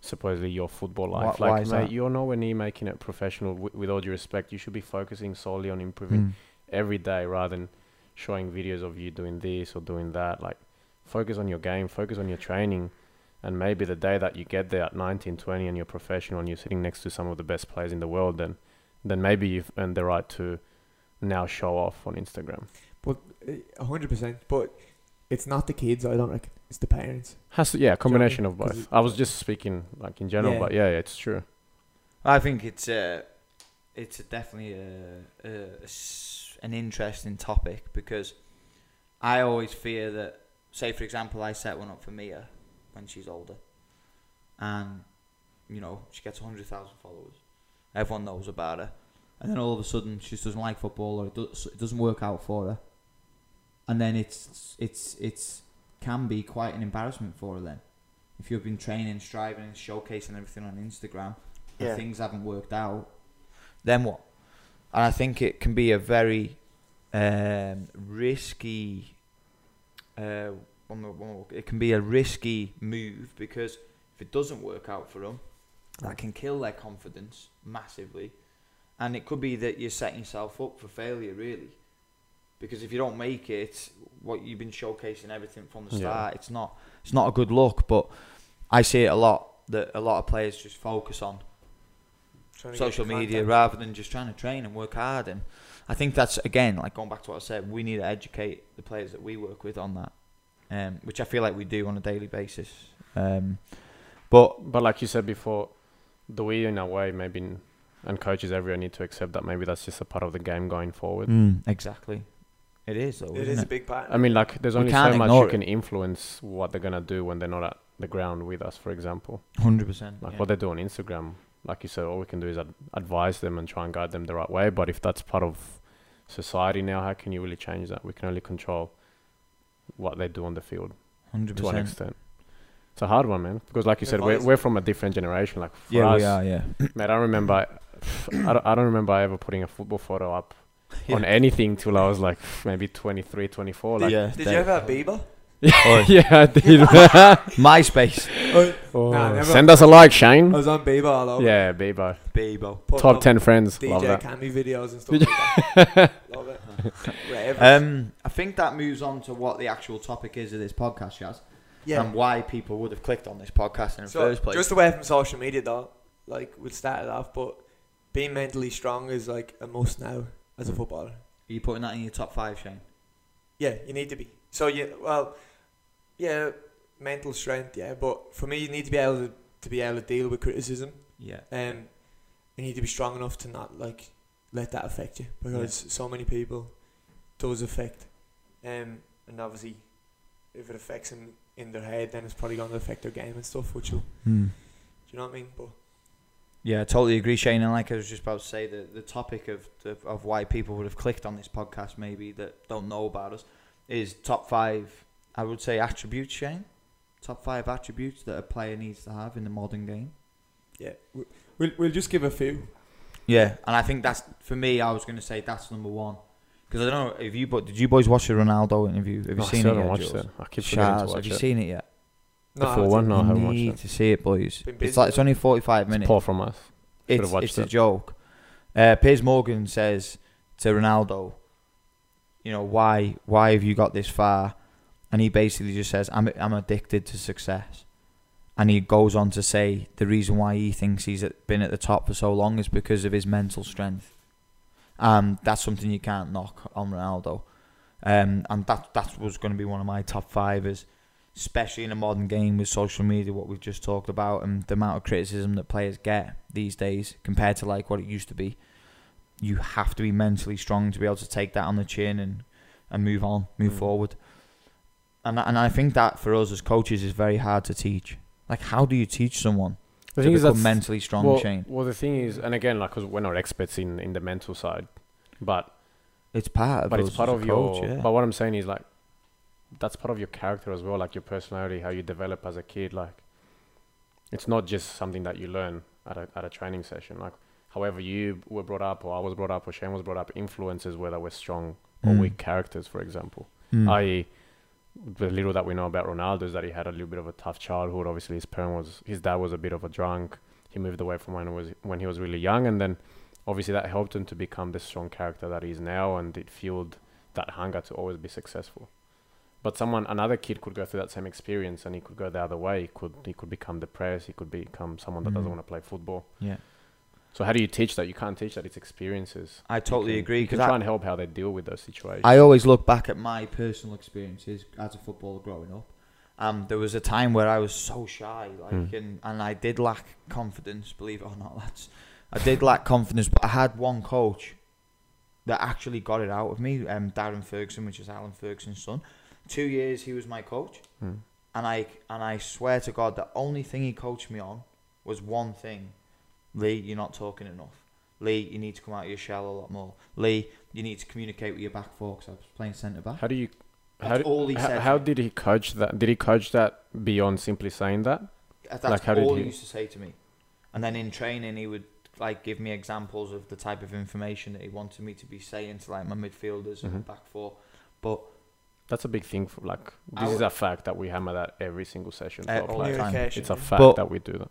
S2: supposedly your football
S1: Why-
S2: life.
S1: why
S2: like,
S1: is
S2: mate,
S1: that?
S2: you're nowhere near making it professional. With, with all due respect, you should be focusing solely on improving
S1: Hmm.
S2: every day rather than showing videos of you doing this or doing that. Like, focus on your game, focus on your training. And maybe the day that you get there at 19, 20 and you're professional and you're sitting next to some of the best players in the world, then, then maybe you've earned the right to now show off on Instagram.
S3: eh, A hundred percent. But it's not the kids. I don't reckon. It's the parents.
S2: Has to, yeah, a combination of
S3: 'Cause
S2: both.
S3: it-
S2: I was just speaking like in general,
S3: Yeah.
S2: but yeah, yeah, it's true.
S1: I think it's uh, it's definitely a, a- a s- an interesting topic because I always fear that, say for example, I set one up for Mia when she's older, and you know she gets hundred thousand followers, everyone knows about her, and then all of a sudden she just doesn't like football or it, does, it doesn't work out for her, and then it's it's it's can be quite an embarrassment for her then, if you've been training, striving, and showcasing everything on Instagram and
S3: Yeah.
S1: things haven't worked out, then what? And I think it can be a very um, risky. Uh, one more- one more- it can be a risky move because if it doesn't work out for them, that can kill their confidence massively, and it could be that you're setting yourself up for failure really, because if you don't make it, what you've been showcasing everything from the
S2: Yeah.
S1: start, it's not it's not a good look. But I see it a lot that a lot of players just focus on
S3: Trying to get
S1: social
S3: the
S1: media
S3: content.
S1: rather than just trying to train and work hard. And I think that's again like going back to what I said. We need to educate the players that we work with on that, um, which I feel like we do on a daily basis. Um, but
S2: But like you said before, do we in a way maybe, n- and coaches everywhere need to accept that maybe that's just a part of the game going forward.
S1: Mm, exactly, it is though.
S3: It
S1: isn't
S3: is a
S1: it?
S3: big part.
S2: I mean, like, there's
S1: We
S2: only
S1: can't
S2: so much
S1: ignore
S2: you
S1: it.
S2: can influence what they're gonna do when they're not at the ground with us, for example.
S1: hundred percent.
S2: Like what they do on Instagram, like you said, all we can do is ad- advise them and try and guide them the right way. But if that's part of society now, how can you really change that? We can only control what they do on the field
S1: Hundred
S2: to an
S1: percent.
S2: extent. It's a hard one, man. Because like you said, we're,
S3: Advice.
S2: we're from a different generation. Like for us,
S1: Yeah.
S2: mate, I remember, I don't, I don't remember ever putting a football photo up on anything till I was like maybe 23, 24. Like,
S1: yeah.
S3: Did you ever have Bieber?
S2: yeah, I did.
S1: MySpace?
S2: Oh,
S3: Nah, never.
S2: send us a like, Shane.
S3: I was on Bieber all over.
S2: Yeah, Bebo. Oh,
S1: Bebo.
S3: Putting
S2: Top
S3: up
S2: 10 friends. Love
S3: DJ
S2: that.
S3: Cammy videos and stuff
S2: Did Uh,
S3: like that. Love it. Rave.
S1: Um, I think that moves on to what the actual topic is of this podcast, Shaz,
S3: Yeah.
S1: and why people would have clicked on this podcast in the
S3: So
S1: first place.
S3: just away from social media though, like we started off, but being mentally strong is like a must now as a
S2: Mm.
S3: footballer.
S1: Are you putting that in your top five, Shane?
S3: Yeah, you need to be. So you well, yeah, mental strength. Yeah, but for me, you need to be able to, to be able to deal with criticism.
S1: Yeah.
S3: Um, you need to be strong enough to not like let that affect you because so many people does affect. Um, and obviously, if it affects them in their head, then it's probably going to affect their game and stuff. Which will, do
S2: Hmm.
S3: you know what I mean? But
S1: Yeah, I totally agree, Shane. And like I was just about to say, the, the topic of the, of why people would have clicked on this podcast, maybe that don't know about us, is top five. I would say attributes, Shane. Top five attributes that a player needs to have in the modern game.
S3: yeah, we- we'll we'll just give a few.
S1: Yeah, and I think that's for me. I was going to say that's number one because I don't know if you. But did you boys watch the Ronaldo interview? Have you
S2: I
S1: seen
S2: still
S1: it?
S2: haven't
S1: yet,
S2: watched
S1: Jules?
S2: it. I keep forgetting
S1: Shaz,
S2: to
S1: have
S2: watch
S1: you
S2: it.
S1: seen it yet?
S3: No,
S2: Before
S3: I
S2: one,
S3: think-
S2: no, I haven't
S1: you
S2: watched
S1: need
S2: it.
S1: to see it, boys.
S3: Been
S1: It's
S3: busy,
S1: like it's
S3: though.
S1: only forty-five
S2: It's
S1: minutes.
S2: poor from us. Should've
S1: It's,
S2: watched
S1: it's a
S2: it.
S1: joke. Uh, Piers Morgan says to Ronaldo, "You know why? Why have you got this far?" And he basically just says, "I'm I'm addicted to success." And he goes on to say the reason why he thinks he's at- been at the top for so long is because of his mental strength. Um, that's something you can't knock on Ronaldo. Um, and that that was going to be one of my top five is especially in a modern game with social media, what we've just talked about, and the amount of criticism that players get these days compared to like what it used to be. You have to be mentally strong to be able to take that on the chin and, and move on, move
S2: Mm.
S1: forward. And and I think that for us as coaches is very hard to teach. Like, how do you teach someone
S2: The
S1: to
S2: thing is
S1: become
S2: that's-
S1: mentally strong,
S2: well,
S1: Shane?
S2: well, the thing is, and again, like, 'cause we're not experts in, in the mental side, but
S1: It's part of
S2: but
S1: us
S2: it's part
S1: as a
S2: of
S1: coach,
S2: your.
S1: yeah.
S2: But what I'm saying is like, that's part of your character as well, like your personality, how you develop as a kid. Like, it's not just something that you learn at a at a training session. Like, however you were brought up, or I was brought up, or Shane was brought up, influences whether we're strong or
S1: Mm.
S2: weak characters. For example,
S1: Mm.
S2: i.e. The little that we know about Ronaldo is that he had a little bit of a tough childhood. Obviously, his parent was his dad was a bit of a drunk. He moved away from when he was when he was really young, and then obviously that helped him to become the strong character that he is now, and it fueled that hunger to always be successful. But someone, another kid, could go through that same experience, and he could go the other way. He could he could become depressed. He could become someone that doesn't
S1: Mhm.
S2: want to play football.
S1: Yeah.
S2: So how do you teach that? You can't teach that. It's experiences.
S1: I totally
S2: you can,
S1: agree
S2: You can
S1: because
S2: try and help how they deal with those situations.
S1: I always look back at my personal experiences as a footballer growing up. Um, there was a time where I was so shy, like,
S2: Mm.
S1: and, and I did lack confidence. Believe it or not, lads, I did lack confidence. But I had one coach that actually got it out of me. Um, Darren Ferguson, which is Alan Ferguson's son. Two years he was my coach,
S2: Mm.
S1: and I and I swear to God, the only thing he coached me on was one thing: Lee, you're not talking enough. Lee, you need to come out of your shell a lot more. Lee, you need to communicate with your back four because I was playing centre back.
S2: How do you?
S1: That's
S2: how, do-
S1: all he
S2: how,
S1: said.
S2: how did he coach that? Did he coach that beyond simply saying that?
S1: That's
S2: Like, how did
S1: all he
S2: you-
S1: used to say to me. And then in training, he would like give me examples of the type of information that he wanted me to be saying to like my midfielders and
S2: Mhm.
S1: back four. But
S2: That's a big thing. For, like
S1: I
S2: this is
S1: would-
S2: a fact that we hammer that every single session. to
S1: Uh,
S2: our
S1: all the
S2: players.
S1: time.
S3: Communication.
S2: It's a
S3: yeah.
S2: fact
S1: But-
S2: that we do that.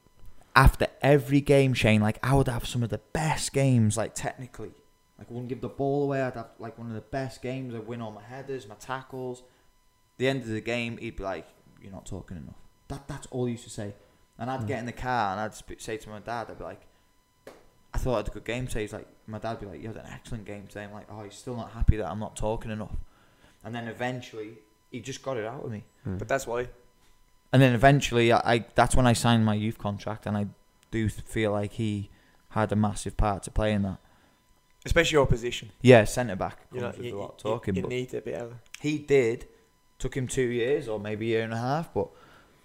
S1: after every game, Shane, like I would have some of the best games, like technically. Like I wouldn't give the ball away. I'd have like one of the best games. I'd win all my headers, my tackles. The end of the game, he'd be like, "You're not talking enough." That that's all he used to say. And I'd
S2: Mm.
S1: get in the car and I'd sp- say to my dad, I'd be like, "I thought I had a good game today." He's like, my dad'd be like, "You had an excellent game today." I'm like, "Oh, he's still not happy that I'm not talking enough." And then eventually, he just got it out of me.
S3: But that's why
S1: And then eventually, I, I that's when I signed my youth contract, and I do feel like he had a massive part to play in that.
S3: especially your position.
S1: Yeah, centre back
S3: You
S1: comes with
S3: know, you,
S1: a
S3: you,
S1: lot of talking,
S3: you
S1: but
S3: need to be able.
S1: he did. Took him two years or maybe a year and a half, but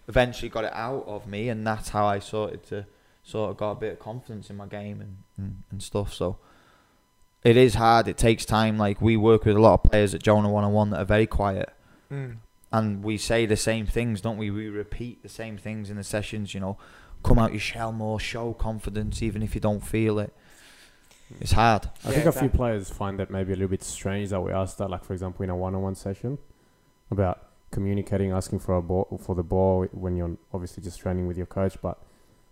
S1: eventually got it out of me, and that's how I sorted to sort of got a bit of confidence in my game and, and, and stuff. So it is hard. It takes time. Like we work with a lot of players at Jonah One Hundred and One that are very quiet
S3: Mm.
S1: and we say the same things, don't we? We repeat the same things in the sessions, you know. Come out your shell more, show confidence, even if you don't feel it. It's hard.
S2: I
S3: Yeah,
S2: think a few
S3: exactly.
S2: players find that maybe a little bit strange that we asked that, like for example, in a one-on-one session, about communicating, asking for a ball for the ball when you're obviously just training with your coach. But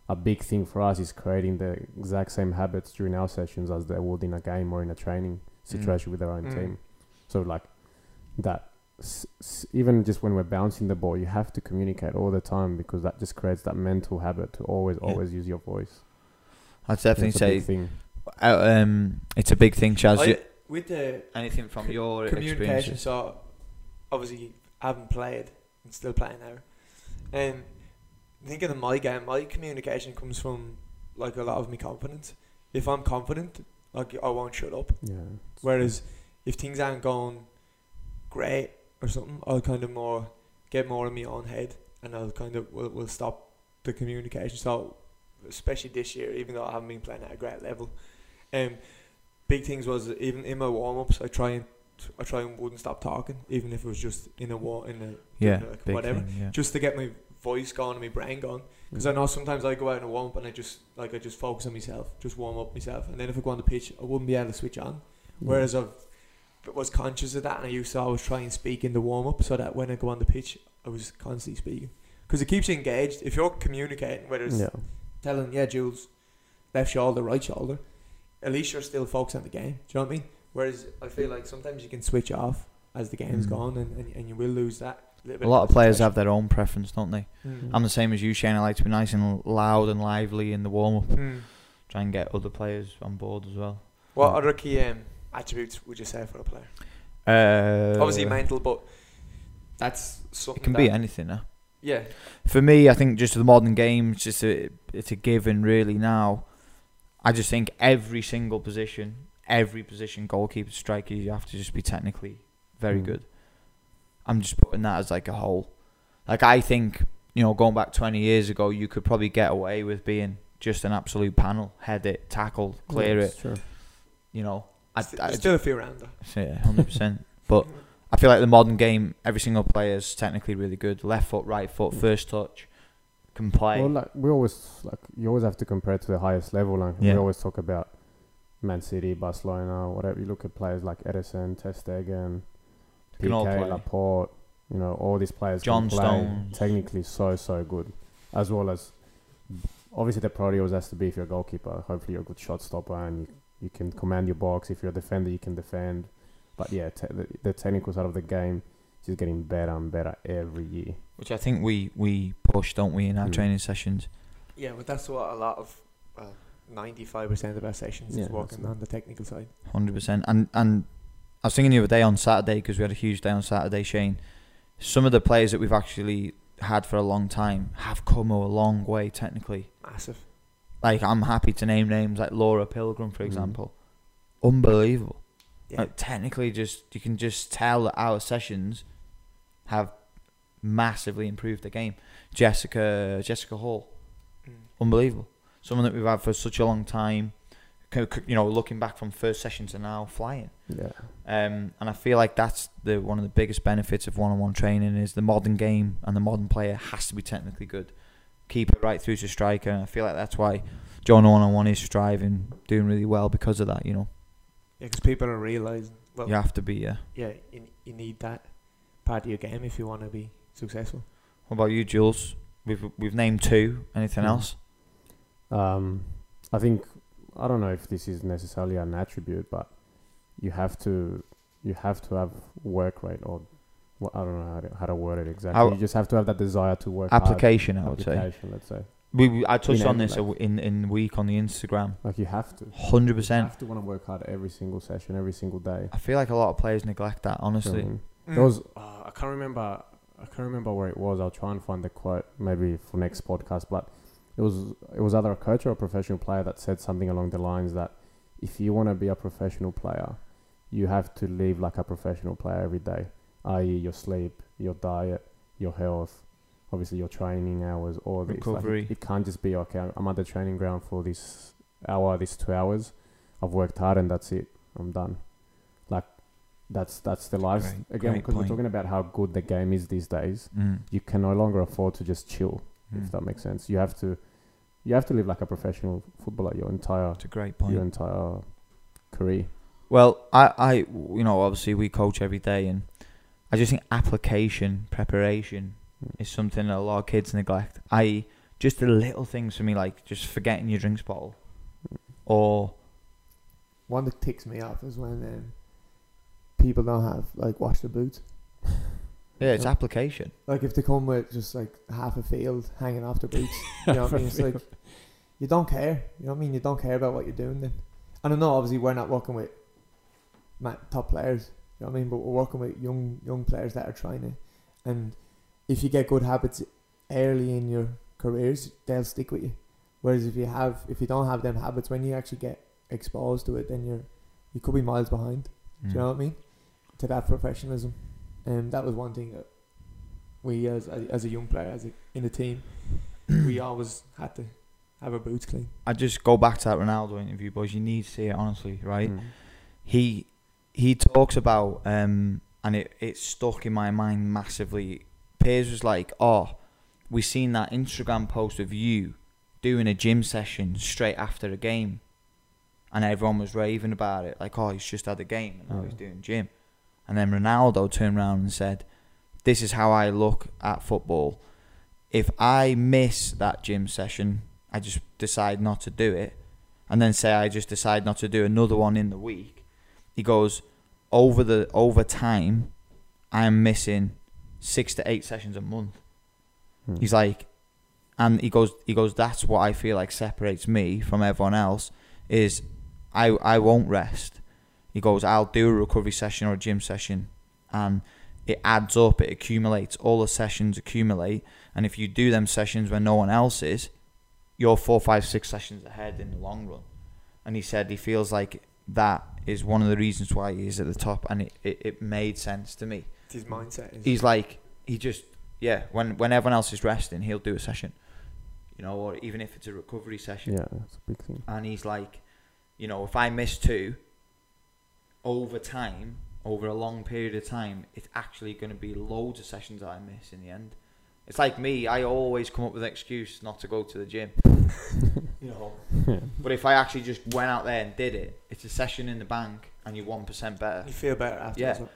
S2: a big thing for us is creating the exact same habits during
S1: Mm.
S2: our sessions as they would in a game or in a training situation with our own
S3: Mm.
S2: team. So like that s- s- even just when we're bouncing the ball, you have to communicate all the time because that just creates that mental habit to always,
S1: Yeah.
S2: always use your voice.
S1: I'd
S2: That's
S1: definitely
S2: a
S1: say
S2: big thing.
S1: uh, um, it's a big thing, Chaz. You-
S3: I- with the
S1: anything from your
S3: communication,
S1: experiences?
S3: so obviously haven't played and still playing now. Um, thinking of my game, my communication comes from like a lot of my confidence. If I'm confident, like I won't shut up.
S2: Yeah.
S3: Whereas if things aren't going great or something, I'll kind of more get more in my own head and I'll kind of will will stop the communication. So especially this year, even though I haven't been playing at a great level, um, big things was even in my warm ups, I try and I try and wouldn't stop talking, even if it was just in a war in a
S1: yeah,
S3: like,
S1: big
S3: whatever.
S1: thing, Mm. yeah.
S3: just to get my voice going and my brain going. Because I know sometimes I go out in a warm up and I just like I just focus on myself, just warm up myself, and then if I go on the pitch, I wouldn't be able to switch on. Whereas I've but was conscious of that, and I used to always try and speak in the warm up so that when I go on the pitch, I was constantly speaking because it keeps you engaged. If you're communicating, whether it's
S2: yeah,
S3: telling, yeah, Jules, left shoulder, right shoulder, at least you're still focused on the game. Do you know what I mean? Whereas I feel like sometimes you can switch off as the game's
S1: Mm.
S3: gone, and, and, and you will lose that. little bit
S1: A lot of players have
S3: concentration.
S1: their own preference, don't they?
S3: Mm.
S1: I'm the same as you, Shane. I like to be nice and loud and lively in the warm up.
S3: Mm.
S1: Try and get other players on board as well.
S3: What
S2: Yeah.
S3: other key um, attributes would you say for a player?
S1: Uh,
S3: Obviously mental, but that's something
S1: It can
S3: that,
S1: be anything. Huh?
S3: Yeah,
S1: For me, I think just the modern game, it's just a, it's a given really now. I just think every single position, every position, goalkeeper, striker, you have to just be technically very
S2: Mm.
S1: good. I'm just putting that as like a whole. Like I think you know, going back 20 years ago, you could probably get away with being just an absolute panel, head it, tackle, clear it. You know, I,
S3: St-
S1: I,
S3: there's still a few around. though.
S1: hundred percent. But I feel like the modern game, every single player is technically really good. Left foot, right foot, first touch, can play.
S2: Well, like we always like you always have to compare to the highest level. Like
S1: Yeah.
S2: we always talk about Man City, Barcelona, whatever. You look at players like Edison, Ter Stegen,
S1: Can all
S2: PK,
S1: play.
S2: Laporte. You know, all these players.
S1: John
S2: can play
S1: Stones.
S2: technically so so good, as well as obviously the priority always has to be if you're a goalkeeper. Hopefully you're a good shot stopper and you, you can command your box. If you're a defender, you can defend. But yeah, te- the, the technical side of the game is just getting better and better every year.
S1: which I think we we push, don't we, in our
S2: Mm.
S1: training sessions?
S3: Yeah, but that's what a lot of well, ninety-five percent of our sessions
S2: Yeah,
S3: is working
S2: that's-
S3: on the technical side.
S1: Hundred percent. And and I was thinking the other day on Saturday because we had a huge day on Saturday, Shane. Some of the players that we've actually had for a long time have come a long way technically.
S3: Massive.
S1: Like I'm happy to name names like Laura Pilgrim, for
S2: Mhm.
S1: example. Unbelievable.
S3: Yeah.
S1: Like, technically, just you can just tell that our sessions have massively improved the game. Jessica Jessica Hall,
S3: Mm.
S1: unbelievable. Someone that we've had for such a long time. c- c- You know, looking back from first session to now, flying.
S2: Yeah.
S1: Um, and I feel like that's the one of the biggest benefits of one-on-one training is the modern game and the modern player has to be technically good. Keep it right through to striker. And I feel like that's why John one-on-one is striving, doing really well because of that. You know,
S3: Yeah, because people are realizing. Well,
S1: you
S3: yeah,
S1: have to be. Uh,
S3: you, you need that part of your game if you want to be successful.
S1: What about you, Jules? We've we've named two. Anything
S2: Hmm.
S1: else?
S2: Um, I think I don't know if this is necessarily an attribute, but you have to you have to have work rate or well, I don't know how to, how to word it exactly.
S1: How-
S2: you just have to have that desire to work hard.
S1: Application, I would say.
S2: Application, let's say.
S1: We, we I touched
S2: In
S1: on this a
S2: every
S1: w in in the week on the Instagram.
S2: Like you have to.
S1: Hundred
S2: You
S1: percent.
S2: have to want to work hard every single session, every single day.
S1: I feel like a lot of players neglect that. Honestly,
S2: Um,
S4: Mm.
S3: Mm.
S2: There was uh, I can't remember I can't remember where it was. I'll try and find the quote maybe for next podcast. But it was it was either a coach or a professional player that said something along the lines that if you want to be a professional player, you have to live like a professional player every day, i.e., your sleep, your diet, your health, obviously your training hours, all this. Like,
S1: Recovery.
S2: it, it can't just be okay. I'm at the training ground for this hour, these two hours. I've worked hard and that's it. I'm done. Like that's that's the life.
S1: Great-
S2: Again,
S1: great
S2: because we're
S1: point.
S2: talking about how good the game is these days,
S1: Mm,
S2: you can no longer afford to just chill. If
S1: mm.
S2: that makes sense, you have to you have to live like a professional footballer your entire
S1: That's a great point.
S2: your entire career.
S1: Well, I, I, you know, obviously we coach every day, and I just think application, preparation is something that a lot of kids neglect. I e just the little things for me, like just forgetting your drinks bottle, or
S3: One that ticks me off is when um,
S4: people don't have like wash their boots.
S1: Yeah, it's application.
S4: Like if they come with just like half a field hanging off their boots, you know what I mean? It's like you don't care. You know what I mean? You don't care about what you're doing then. And I know obviously we're not working with ma- top players. You know what I mean? But we're working with young young players that are trying it. And if you get good habits early in your careers, they'll stick with you. Whereas if you have if you don't have them habits, when you actually get exposed to it, then you're you could be miles behind.
S1: Mm.
S4: Do
S2: Mm.
S4: you know what I mean? To that professionalism, um, that was one thing that we as as a young player, as a, in the team, we always had to have our boots clean.
S1: I just go back to that Ronaldo interview, boys. You need to see it honestly, right?
S2: Mm.
S1: He he talks about um, and it it stuck in my mind massively. Piers was like, "Oh, we seen that Instagram post of you doing a gym session straight after a game, and everyone was raving about it. Like, oh, he's just had a game and now he's
S2: Mm.
S1: doing gym." And then Ronaldo turned around and said, "This is how I look at football. If I miss that gym session, I just decide not to do it, and then say I just decide not to do another one in the week." He goes, "Over the over time, I'm missing six to eight sessions a month."
S2: Mm.
S1: He's like, and he goes, he goes. That's what I feel like separates me from everyone else is, I I won't rest. He goes, I'll do a recovery session or a gym session, and it adds up. It accumulates. All the sessions accumulate, and if you do them sessions when no one else is, you're four, five, six sessions ahead in the long run. And he said he feels like that is one of the reasons why he is at the top, and it, it, it made sense to me
S3: It's his mindset. Is
S1: he's like he just yeah when when everyone else is resting he'll do a session you know or even if it's a recovery session
S2: Yeah, that's a big thing.
S1: and he's like you know if i miss two over time over a long period of time it's actually going to be loads of sessions that i miss in the end it's like me i always come up with an excuse not to go to the gym you know
S2: Yeah.
S1: but if i actually just went out there and did it it's a session in the bank and you're 1% better
S3: you feel better after.
S1: Yeah.
S3: as well.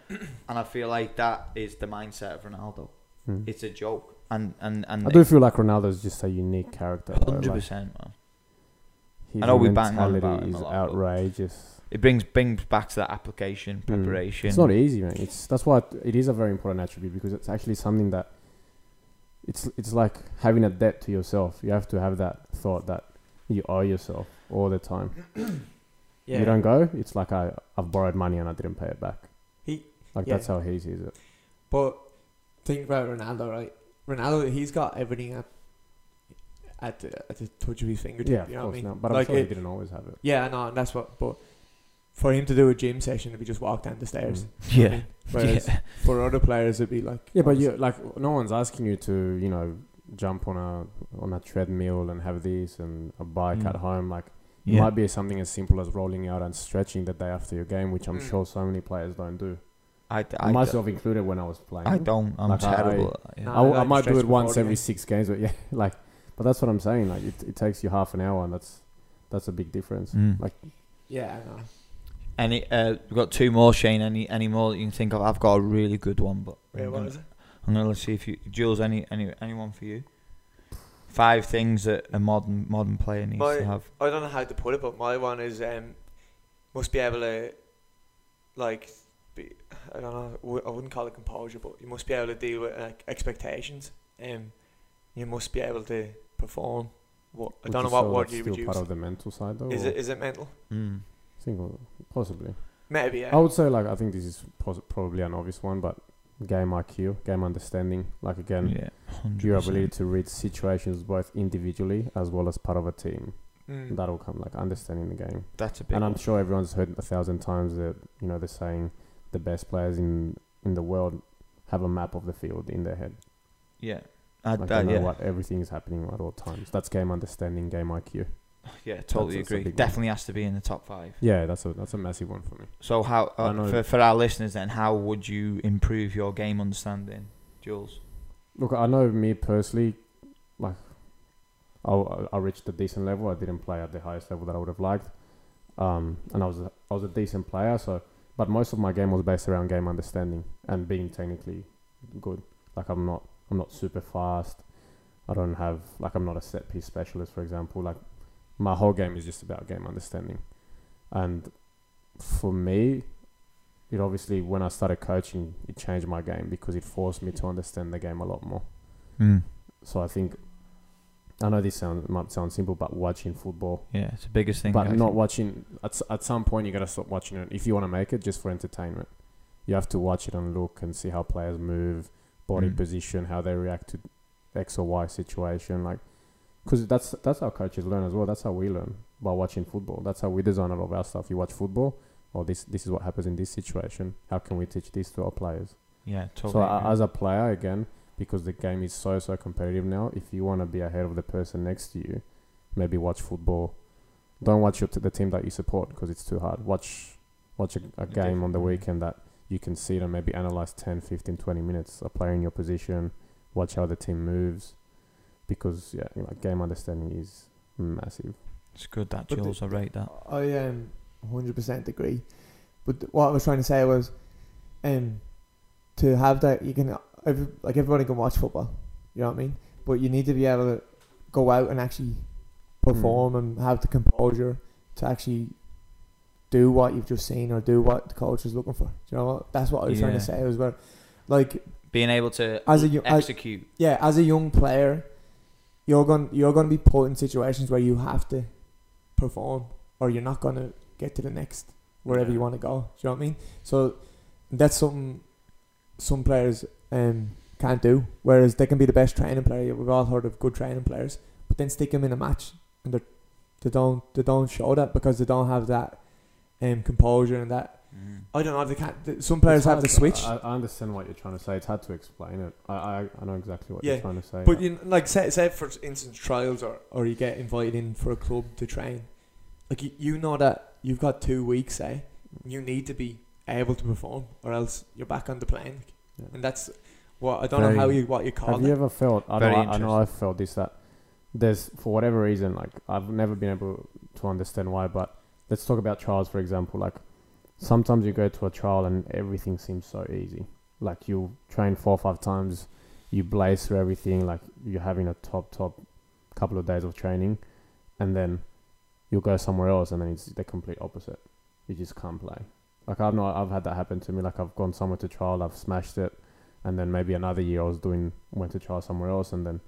S1: and i feel like that is the mindset of ronaldo
S2: Mm.
S1: it's a joke. And and and
S2: I do feel like Ronaldo's just a unique character. though,
S1: hundred
S2: Like,
S1: percent, man.
S2: his
S1: I know we bang on
S2: mentality
S1: about him a
S2: is
S1: lot, but-
S2: outrageous.
S1: It brings brings back to that application,
S2: Mm.
S1: preparation.
S2: It's not easy, man. It's that's why it is a very important attribute because it's actually something that it's it's like having a debt to yourself. You have to have that thought that you owe yourself all the time.
S3: Yeah.
S2: You don't go, it's like I I've borrowed money and I didn't pay it back.
S3: He-
S2: like
S3: yeah.
S2: that's how he sees it.
S3: But think about Ronaldo, right? Ronaldo, he's got everything at at the, at the touch of his fingertips.
S2: Yeah, of
S3: you know what
S2: course
S3: I mean?
S2: not. But
S3: Like
S2: I'm sure
S3: it-
S2: he didn't always have it.
S3: Yeah, I know, and that's what. But for him to do a gym session, it'd be just walk down the stairs.
S2: Mm.
S3: you know what I
S1: Yeah.
S3: mean? Whereas for other players, it'd be like
S2: Yeah, but you like no one's asking you to you know jump on a on a treadmill and have this and a bike
S1: Mm.
S2: at home like. It
S1: Yeah.
S2: might be something as simple as rolling out and stretching the day after your game, which I'm
S3: Mm.
S2: sure so many players don't do.
S1: I, d- I, d-
S2: myself included when I was playing.
S1: I don't. I'm
S2: Like, I-
S1: terrible. at that, yeah.
S3: Nah.
S2: I, w-
S3: I
S2: I
S3: like
S2: might do
S3: stretch
S2: it once
S3: before the
S2: every
S3: game.
S2: six games, but yeah, like, but that's what I'm saying. Like, it, it takes you half an hour, and that's that's a big difference.
S1: Mm.
S2: Like,
S3: yeah, I know.
S1: Any? Uh, we've got two more, Shane. Any? Any more that you can think of? I've got a really good one, but
S3: Yeah,
S1: I'm
S3: what
S1: gonna,
S3: is it?
S1: I'm gonna let's see if you, Jules, any, any, anyone for you? Five things that a modern modern player needs
S3: My-
S1: to have.
S3: I don't know how to put it, but my one is um, must be able to, like, be, I don't know, w- I wouldn't call it composure, but you must be able to deal with like expectations. Um, you must be able to perform. What I
S2: would
S3: don't know
S2: you
S3: what
S2: say
S3: word
S2: that's
S3: you
S2: still
S3: would use.
S2: part of the mental side, though.
S3: Is
S2: or
S3: it is it mental?
S1: Mm.
S2: Um, single, possibly.
S3: Maybe yeah.
S2: I would say like I think this is pos- probably an obvious one, but game IQ, game understanding. Like again,
S1: Yeah, hundred.
S2: your ability to read situations both individually as well as part of a team.
S3: Mm.
S2: That'll come like understanding the game.
S1: That's a big.
S2: and I'm
S1: one.
S2: sure everyone's heard a thousand times that you know they're saying the best players in in the world have a map of the field in their head.
S1: yeah, I, that,
S2: Like they know
S1: yeah,
S2: what everything is happening at all times. That's game understanding, game IQ.
S1: yeah, totally
S2: that's a
S1: agree.
S2: big one.
S1: Definitely has to be in the top five.
S2: Yeah, that's a that's a massive one for me.
S1: So how
S2: I
S1: uh,
S2: know-
S1: for for our listeners then, how would you improve your game understanding, Jules?
S2: Look, I know me personally, like I, I I reached a decent level. I didn't play at the highest level that I would have liked, um, and I was a, I was a decent player. So, but most of my game was based around game understanding and being technically good. Like I'm not I'm not super fast. I don't have like I'm not a set piece specialist, for example. Like my whole game is just about game understanding, and for me, it obviously when I started coaching, it changed my game because it forced me to understand the game a lot more.
S1: Mm.
S2: So I think I know this sounds might sound simple, but watching football,
S1: Yeah, it's the biggest thing.
S2: but
S1: I
S2: not
S1: think.
S2: watching at s- at some point you gotta stop watching it if you want to make it just for entertainment. You have to watch it and look and see how players move, body
S1: Mm.
S2: position, how they react to X or Y situation, like because that's that's how coaches learn as well. That's how we learn by watching football. That's how we design all of our stuff. You watch football. Or this, this is what happens in this situation. How can we teach this to our players?
S1: Yeah, totally.
S2: So
S1: agree.
S2: a as a player again, because the game is so so competitive now, if you want to be ahead of the person next to you, maybe watch football. Don't watch your t- the team that you support because it's too hard. Watch watch a, a game on
S1: different
S2: the
S1: one, yeah.
S2: weekend that you can see and maybe analyze 10, 15, 20 minutes. A player in your position. Watch how the team moves, because yeah, like game understanding is massive.
S1: it's good that
S3: But the-
S1: Jules. I rate that.
S3: I um 100% agree. But th- what I was trying to say was, um, to have that you can every, like everybody can watch football. You know what I mean? But you need to be able to go out and actually
S1: Hmm.
S3: perform and have the composure to actually do what you've just seen or do what the coach is looking for. Do you know what? That's what I was trying
S1: Yeah.
S3: to say as well. Like
S1: Being able to
S3: as a yo- as,
S1: execute.
S3: yeah, as a young player, you're going you're going to be put in situations where you have to perform, or you're not going to get to the next wherever
S1: Yeah.
S3: you want to go. Do you know what I mean? So that's something some players um, can't do. Whereas they can be the best training player. We've all heard of good training players, but then stick them in a match and they they don't they don't show that because they don't have that um, composure and that.
S1: Mm,
S3: I don't know. They can't. Some players
S2: It's
S3: have
S2: hard
S3: to switch.
S2: I, I understand what you're trying to say. It's hard to explain it. I I, I know exactly what
S3: Yeah,
S2: you're trying to say.
S3: But you know, like say, say for instance trials or, or you get invited in for a club to train, like you, you know that you've got two weeks, say,
S2: Mm.
S3: and you need to be able to perform or else you're back on the plane,
S2: Yeah.
S3: and that's what I don't
S2: Very-
S3: know how you what you call
S2: Have
S3: it.
S2: you ever felt? I
S1: Very
S2: know, I, I know. I felt this that there's for whatever reason, like I've never been able to understand why. But let's talk about trials, for example. Like sometimes you go to a trial and everything seems so easy. Like you train four or five times, you blaze through everything. Like you're having a top top couple of days of training, and then you'll go somewhere else, and then it's the complete opposite. You just can't play. Like I've not, I've had that happen to me. Like I've gone somewhere to trial, I've smashed it, and then maybe another year I was doing went to trial somewhere else, and then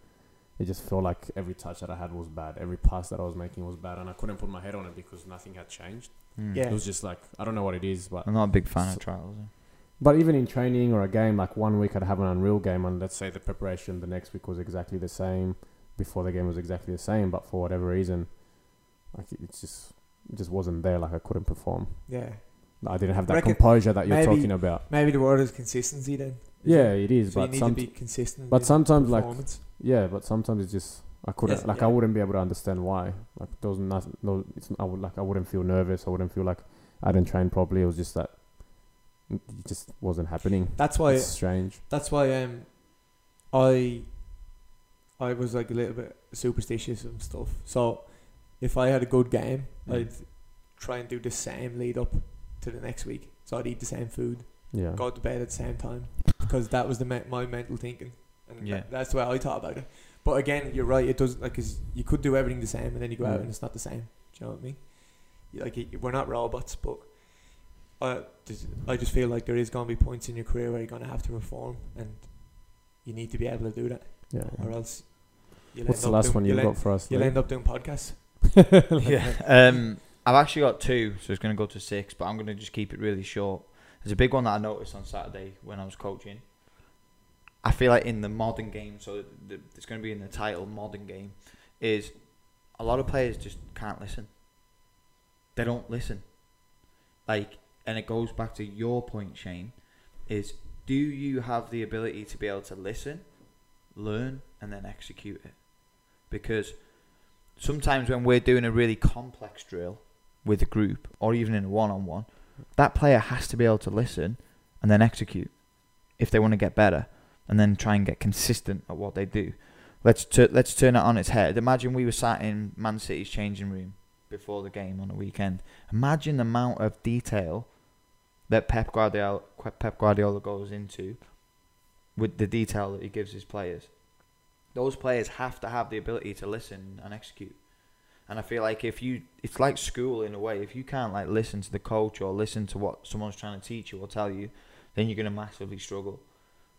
S2: it just felt like every touch that I had was bad, every pass that I was making was bad, and I couldn't put my head on it because nothing had changed.
S3: Yeah. Mm.
S2: It was just like I don't know what it is, but
S1: mm. I'm not a big fan
S2: So-
S1: of trials.
S2: but even in training or a game, like one week I'd have an unreal game, and let's say the preparation the next week was exactly the same, before the game was exactly the same, but for whatever reason, like it- it's just it just wasn't there. Like I couldn't perform.
S3: yeah,
S2: I didn't have that
S3: Reckon-
S2: composure that you're
S3: maybe-
S2: talking about.
S3: maybe the word is consistency then.
S2: Yeah, it is,
S3: so you
S2: but
S3: need
S2: some,
S3: to be consistent.
S2: but
S3: in
S2: sometimes, like,
S3: performance.
S2: yeah, but sometimes it's just I couldn't
S3: Yes,
S2: like
S3: yeah.
S2: I wouldn't be able to understand why like there was nothing no it's I would like I wouldn't feel nervous I wouldn't feel like I didn't train properly it was just that it just wasn't happening.
S3: that's why
S2: it's strange.
S3: that's why um I I was like a little bit superstitious and stuff. So if I had a good game,
S1: Mm.
S3: I'd try and do the same lead up to the next week. So I'd eat the same food,
S2: Yeah,
S3: go to bed at the same time because that was the me- my mental thinking, and
S1: Yeah.
S3: that, that's the way I thought about it. But again, you're right. It does like 'cause you could do everything the same, and then you go out
S2: Mm.
S3: and it's not the same. Do you know what I mean? You- Like you- we're not robots, but I just, I just feel like there is gonna be points in your career where you're gonna have to perform, and you need to be able to do that,
S2: yeah.
S3: or else. You'll
S2: What's
S3: end
S2: the
S3: up
S2: last
S3: doing-
S2: one you've
S3: you'll
S2: got
S3: end,
S2: for us?
S3: You'll
S2: Lee?
S3: end up doing podcasts.
S1: yeah. Um, I've actually got two, so it's going to go to six, but I'm going to just keep it really short. There's a big one that I noticed on Saturday when I was coaching. I feel like in the modern game, so th- it's going to be in the title modern game, is a lot of players just can't listen. They don't listen. Like, and it goes back to your point, Shane, is do you have the ability to be able to listen, learn, and then execute it? Because sometimes when we're doing a really complex drill with a group or even in a one on one, that player has to be able to listen and then execute if they want to get better and then try and get consistent at what they do. Let's tu- let's turn it on its head. Imagine we were sat in Man City's changing room before the game on a weekend. Imagine the amount of detail that Pep Guardiola Pep Guardiola goes into with the detail that he gives his players those players have to have the ability to listen and execute. And I feel like if you, it's like school in a way. If you can't like listen to the coach or listen to what someone's trying to teach you or tell you, then you're gonna massively struggle.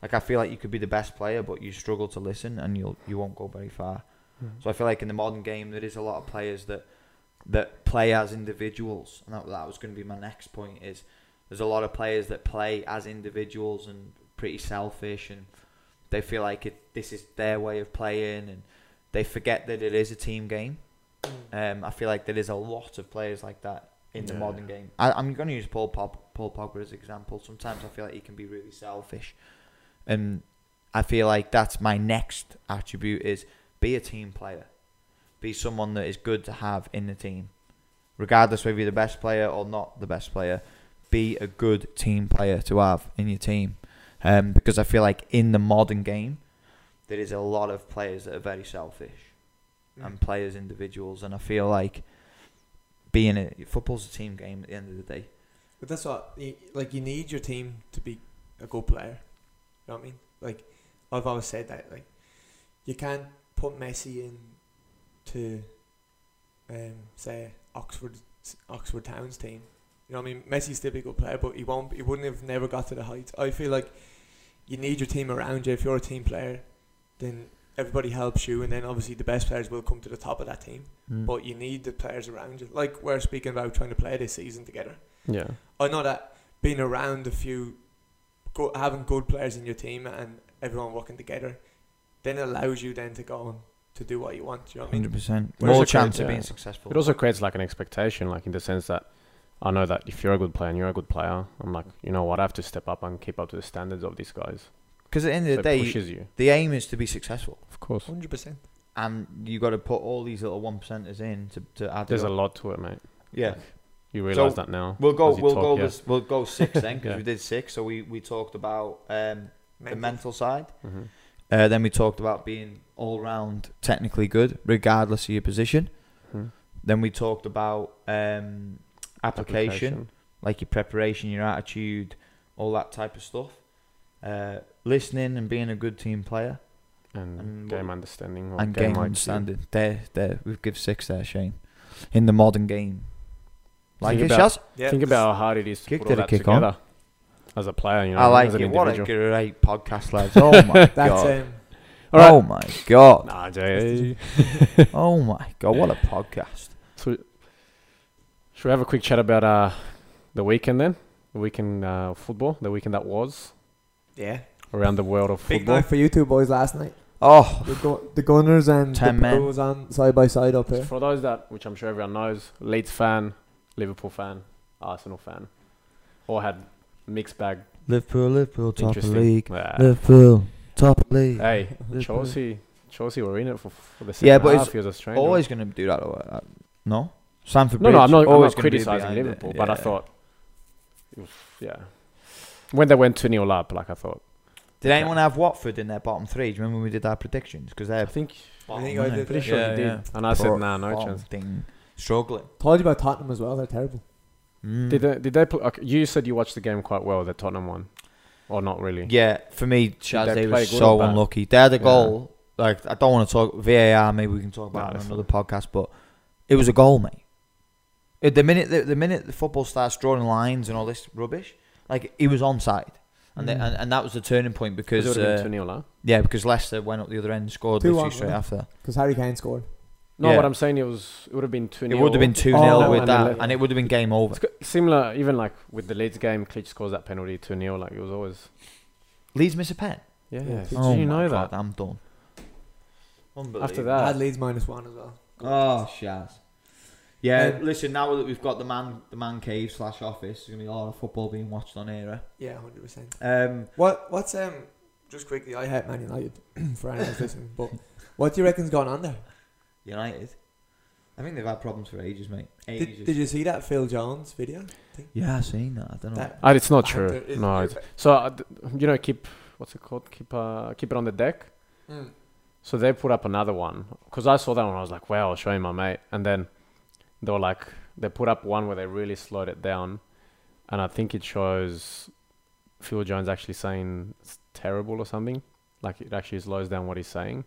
S1: Like I feel like you could be the best player, but you struggle to listen, and you'll you won't go very far. So I feel like in the modern game, there is a lot of players that that play as individuals, and that, that was going to be my next point. Is there's a lot of players that play as individuals and pretty selfish, and they feel like it, this is their way of playing, and they forget that it is a team game.
S3: Mm.
S1: Um, I feel like there is a lot of players like that in the
S2: Yeah.
S1: modern game. I, I'm going to use Paul Pop, Paul Pogba as an example. Sometimes I feel like he can be really selfish, and I feel like that's my next attribute is be a team player, be someone that is good to have in the team, regardless whether you're the best player or not the best player. Be a good team player to have in your team, um, because I feel like in the modern game, there is a lot of players that are very selfish and play as individuals. And I feel like being a football's a team game at the end of the day.
S3: But that's what you, like you need your team to be a good player. You know what I mean? Like I've always said that. Like you can't put Messi in to um, say Oxford Oxford Town's team. You know what I mean? Messi's still be a good player, but he won't. He wouldn't have never got to the heights. I feel like you need your team around you. If you're a team player, then everybody helps you, and then obviously the best players will come to the top of that team.
S1: Mm.
S3: But you need the players around you. Like we're speaking about trying to play this season together.
S2: Yeah.
S3: I know that being around a few, go, having good players in your team and everyone working together, then it allows you then to go on to do what you want. You know what I mean?
S1: Hundred percent
S2: Where's
S1: more
S2: the credit,
S1: chance of
S2: yeah.
S1: being successful.
S2: It also creates like an expectation, like in the sense that I know that if you're a good player and you're a good player, I'm like, you know what, I have to step up and keep up to the standards of these guys.
S1: Because at the end
S2: So
S1: of the
S2: it
S1: day,
S2: pushes you.
S1: the aim is to be successful,
S2: Of course.
S3: Hundred percent.
S1: and you got to put all these little one percenters in to, to add.
S2: There's
S1: it
S2: a
S1: up.
S2: lot to it, mate.
S1: Yeah,
S2: You realize
S1: So,
S2: that now.
S1: we'll go.
S2: as you
S1: We'll
S2: talk,
S1: go.
S2: yeah.
S1: This, we'll go six then because
S2: Yeah.
S1: we did six. So we we talked about um, the mental side.
S2: Mhm.
S1: Uh, then we talked about being all round technically good, regardless of your position.
S2: Mhm.
S1: Then we talked about um, application. like your preparation, your attitude, all that type of stuff. Uh, listening and being a good team player
S2: and,
S1: And
S2: game
S1: what-
S2: understanding or
S1: and game,
S2: IQ.
S1: understanding. There, there, we've give six there, Shane. In the modern game, like
S2: Think
S1: it's
S2: about-
S1: just,
S3: Yeah.
S2: Think about how hard it is to
S1: Kick
S2: put all
S1: did a
S2: that
S1: kick on.
S2: together as a player. You know,
S1: I like
S2: as an
S1: it. What a
S2: individual.
S1: great podcast, lads! Oh my
S4: That's
S1: god!
S3: um,
S2: All right.
S1: Oh my god!
S2: Nah, Jay.
S1: Oh my god! What a podcast!
S2: So, should we have a quick chat about uh, the weekend then? The weekend uh, football, the weekend that was
S3: yeah.
S2: around the world of
S3: Big
S2: football.
S4: Night for you two boys last night.
S1: Oh,
S4: The, gu- the Gunners and
S1: Ten
S4: the
S1: men.
S4: Blues on side by side up
S2: So
S4: here.
S2: For those that, which I'm sure everyone knows, Leeds fan, Liverpool fan, Arsenal fan, all had mixed bag.
S1: Liverpool, Liverpool, top of
S2: Interesting.
S1: league.
S2: Ah.
S1: Liverpool, top of league.
S2: Hey,
S1: Liverpool.
S2: Uh, Chelsea, Chelsea were in it for, for the second
S1: Yeah, but it's
S2: half. He was a stranger.
S1: Always going to do that. or- uh, No, Sanford.
S2: no,
S1: Bridge,
S2: no, I'm not, I'm
S1: always
S2: not
S1: gonna be
S2: criticizing
S1: behind it,
S2: Liverpool, but I
S1: yeah.
S2: thought, oof, yeah, when they went two 0 up, like I thought,
S1: Did
S2: Okay.
S1: anyone have Watford in their bottom three? Do you remember when we did our predictions? Because
S2: I
S1: they're
S2: think
S1: bottom,
S3: think I
S1: aren't they?
S3: did
S2: pretty sure
S1: Yeah,
S2: he did,
S1: yeah.
S2: and I said,
S1: Poor
S2: nah, no
S1: Bottom
S2: chance.
S1: thing. Struggling.
S4: Told you about Tottenham as well. They're terrible.
S1: Mm.
S2: Did they, did they play, okay, you said you watched the game quite well, the Tottenham one, or not really?
S1: Yeah, for me, Chaz,
S2: they
S1: they were
S2: play good
S1: so
S2: or bad?
S1: unlucky. They had a
S2: Yeah.
S1: goal. Like I don't want to talk VAR. Maybe we can talk about it
S2: that's
S1: on another podcast. But it was a goal, mate. At the minute, the, the minute the football starts drawing lines and all this rubbish, like he was onside, and, they,
S4: Mm.
S1: and and that was the turning point
S2: Because
S1: because
S2: it would have been
S1: uh,
S2: two 0 huh?
S1: yeah, because Leicester went up the other end and scored
S4: 2-1,
S1: literally
S4: wasn't
S1: straight
S4: it?
S1: after.
S4: Because Harry Kane scored.
S2: No,
S1: yeah.
S2: what I'm saying it was it would have been two
S1: It
S2: 0
S1: would have been two 0
S4: Oh,
S1: with
S2: and
S1: that,
S2: then-
S1: and it would have been game over.
S2: It's got- similar, even like with the Leeds game, Klitsch scores that penalty two 0 Like it was always,
S1: Leeds miss a pen.
S2: yeah.
S4: Yeah,
S2: Did
S1: Oh
S2: you
S1: my
S2: know
S1: God,
S2: that?
S1: I'm done. Unbelievable.
S2: After
S3: I had
S2: that,
S3: Leeds minus one as well.
S1: Oh, Shaz. Yeah,
S3: Um,
S1: listen. Now that we've got the man, the man cave slash office, there's gonna be a lot of football being watched on here.
S3: Yeah, hundred percent.
S1: eh? Um,
S3: What? What's um? Just quickly, I hate Man United for anyone who's listening. But what do you reckon's gone on there?
S1: United. I think they've had problems for ages, mate. Ages.
S3: Did, did you see that Phil Jones video?
S1: yeah, I seen that. I don't know.
S3: That
S2: Ah, it's not
S3: I
S2: true.
S3: don't- it's-
S2: no, it's, so uh, d- you know, keep what's it called? Keep uh, keep it on the deck.
S3: Mm.
S2: So they put up another one because I saw that one. I was like, wow, I'll show you my mate. And then they were like, they put up one where they really slowed it down. And I think it shows Phil Jones actually saying it's terrible or something. Like it actually slows down what he's saying.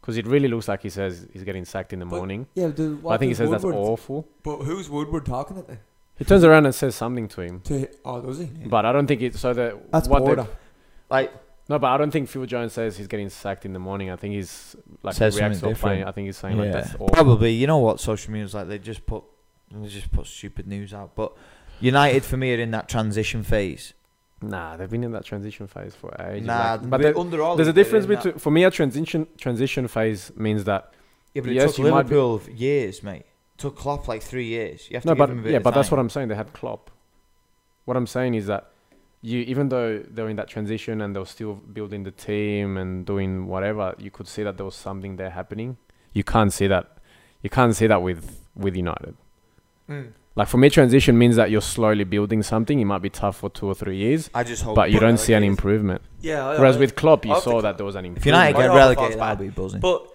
S2: 'Cause because it really looks like he says he's getting sacked in the
S5: But-
S2: morning.
S5: Yeah, the,
S2: But I think he
S5: does
S2: says that's
S5: Woodward-
S2: awful.
S5: But who's Woodward talking at then?
S2: He turns around and says something to him,
S5: To oh, does he?
S2: but I don't think it. So that
S5: That's
S2: what
S5: border.
S2: the-
S1: Like
S2: no, but I don't think Phil Jones says he's getting sacked in the morning. I think he's like
S1: Says
S2: he reacts
S1: something
S2: off by-
S1: different.
S2: I think he's saying like
S1: Yeah.
S2: that's awful.
S1: probably you know what social media's like they just put they just put stupid news out but United for me are in that transition phase
S2: Nah, they've been in that transition phase for ages.
S1: nah
S2: like- but
S1: we're
S2: there-
S1: under Ollie,
S2: there's a
S1: they're
S2: difference
S1: in that-
S2: between for me a transition transition phase means that
S1: yeah but it
S2: yes,
S1: took
S2: you might be-
S1: Liverpool years mate took Klopp like three years you have to
S2: no,
S1: give
S2: but
S1: him a bit
S2: yeah,
S1: of
S2: but that's
S1: time.
S2: what I'm saying. They had Klopp. What I'm saying is that you, even though they were in that transition and they were still building the team and doing whatever, you could see that there was something there happening. You can't see that. You can't see that with with United.
S3: Mm.
S2: Like for me, transition means that you're slowly building something. It might be tough for two or three years,
S1: I
S3: Oh,
S1: just hope
S2: but you
S1: they're
S2: don't see an
S1: relegated.
S2: improvement.
S3: Yeah. I-
S2: Whereas
S3: I-
S2: with Klopp, you
S3: I'll
S2: saw
S3: think-
S2: that there was an improvement.
S1: if United
S3: I
S1: get
S3: know I felt
S1: relegated
S3: bad.
S1: I'll be buzzing
S3: But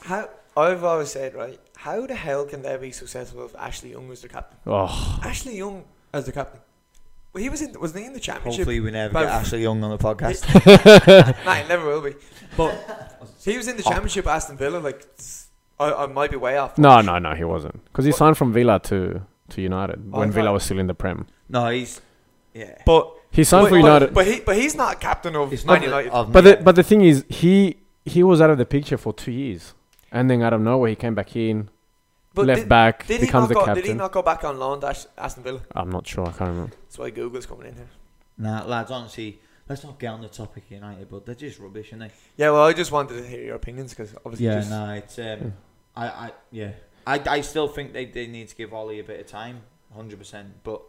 S3: how I've always said right, how the hell can they be successful if Ashley Young was their captain?
S2: oh,
S3: Ashley Young as their captain. Well, he was in. Was he in the championship?
S1: hopefully we never
S3: But-
S1: get Ashley Young on the podcast
S3: nah, he never will be. But he was in the championship at Aston Villa. Like, it's- I, I might be way off.
S2: Oh. no, no, no, he wasn't because he
S3: What-
S2: signed from Villa to to United
S3: Oh, I
S2: when Villa
S3: thought-
S2: was still in the Prem.
S1: no he's yeah
S3: But
S2: He signed
S3: but,
S2: for
S3: but-
S2: United.
S3: But, he, but he's not captain of
S1: it's
S3: Man
S1: not
S3: United.
S1: of
S2: But
S1: me.
S2: the, but the thing is, he he was out of the picture for two years, and then out of nowhere he came back in,
S3: but
S2: left
S3: did,
S2: back,
S3: did he
S2: becomes
S3: not
S2: the
S3: go,
S2: captain.
S3: Did he not go back on loan to Ash- Aston Villa?
S2: I'm not sure. I can't remember.
S3: That's why Google's coming in here.
S1: nah lads honestly let's not get on the topic of United but they're just rubbish aren't they
S3: Yeah, well, I just wanted to hear your opinions because obviously,
S1: Yeah,
S3: just,
S1: no, it's um, I, I, yeah, I, I still think they, they need to give Ollie a bit of time, hundred percent. But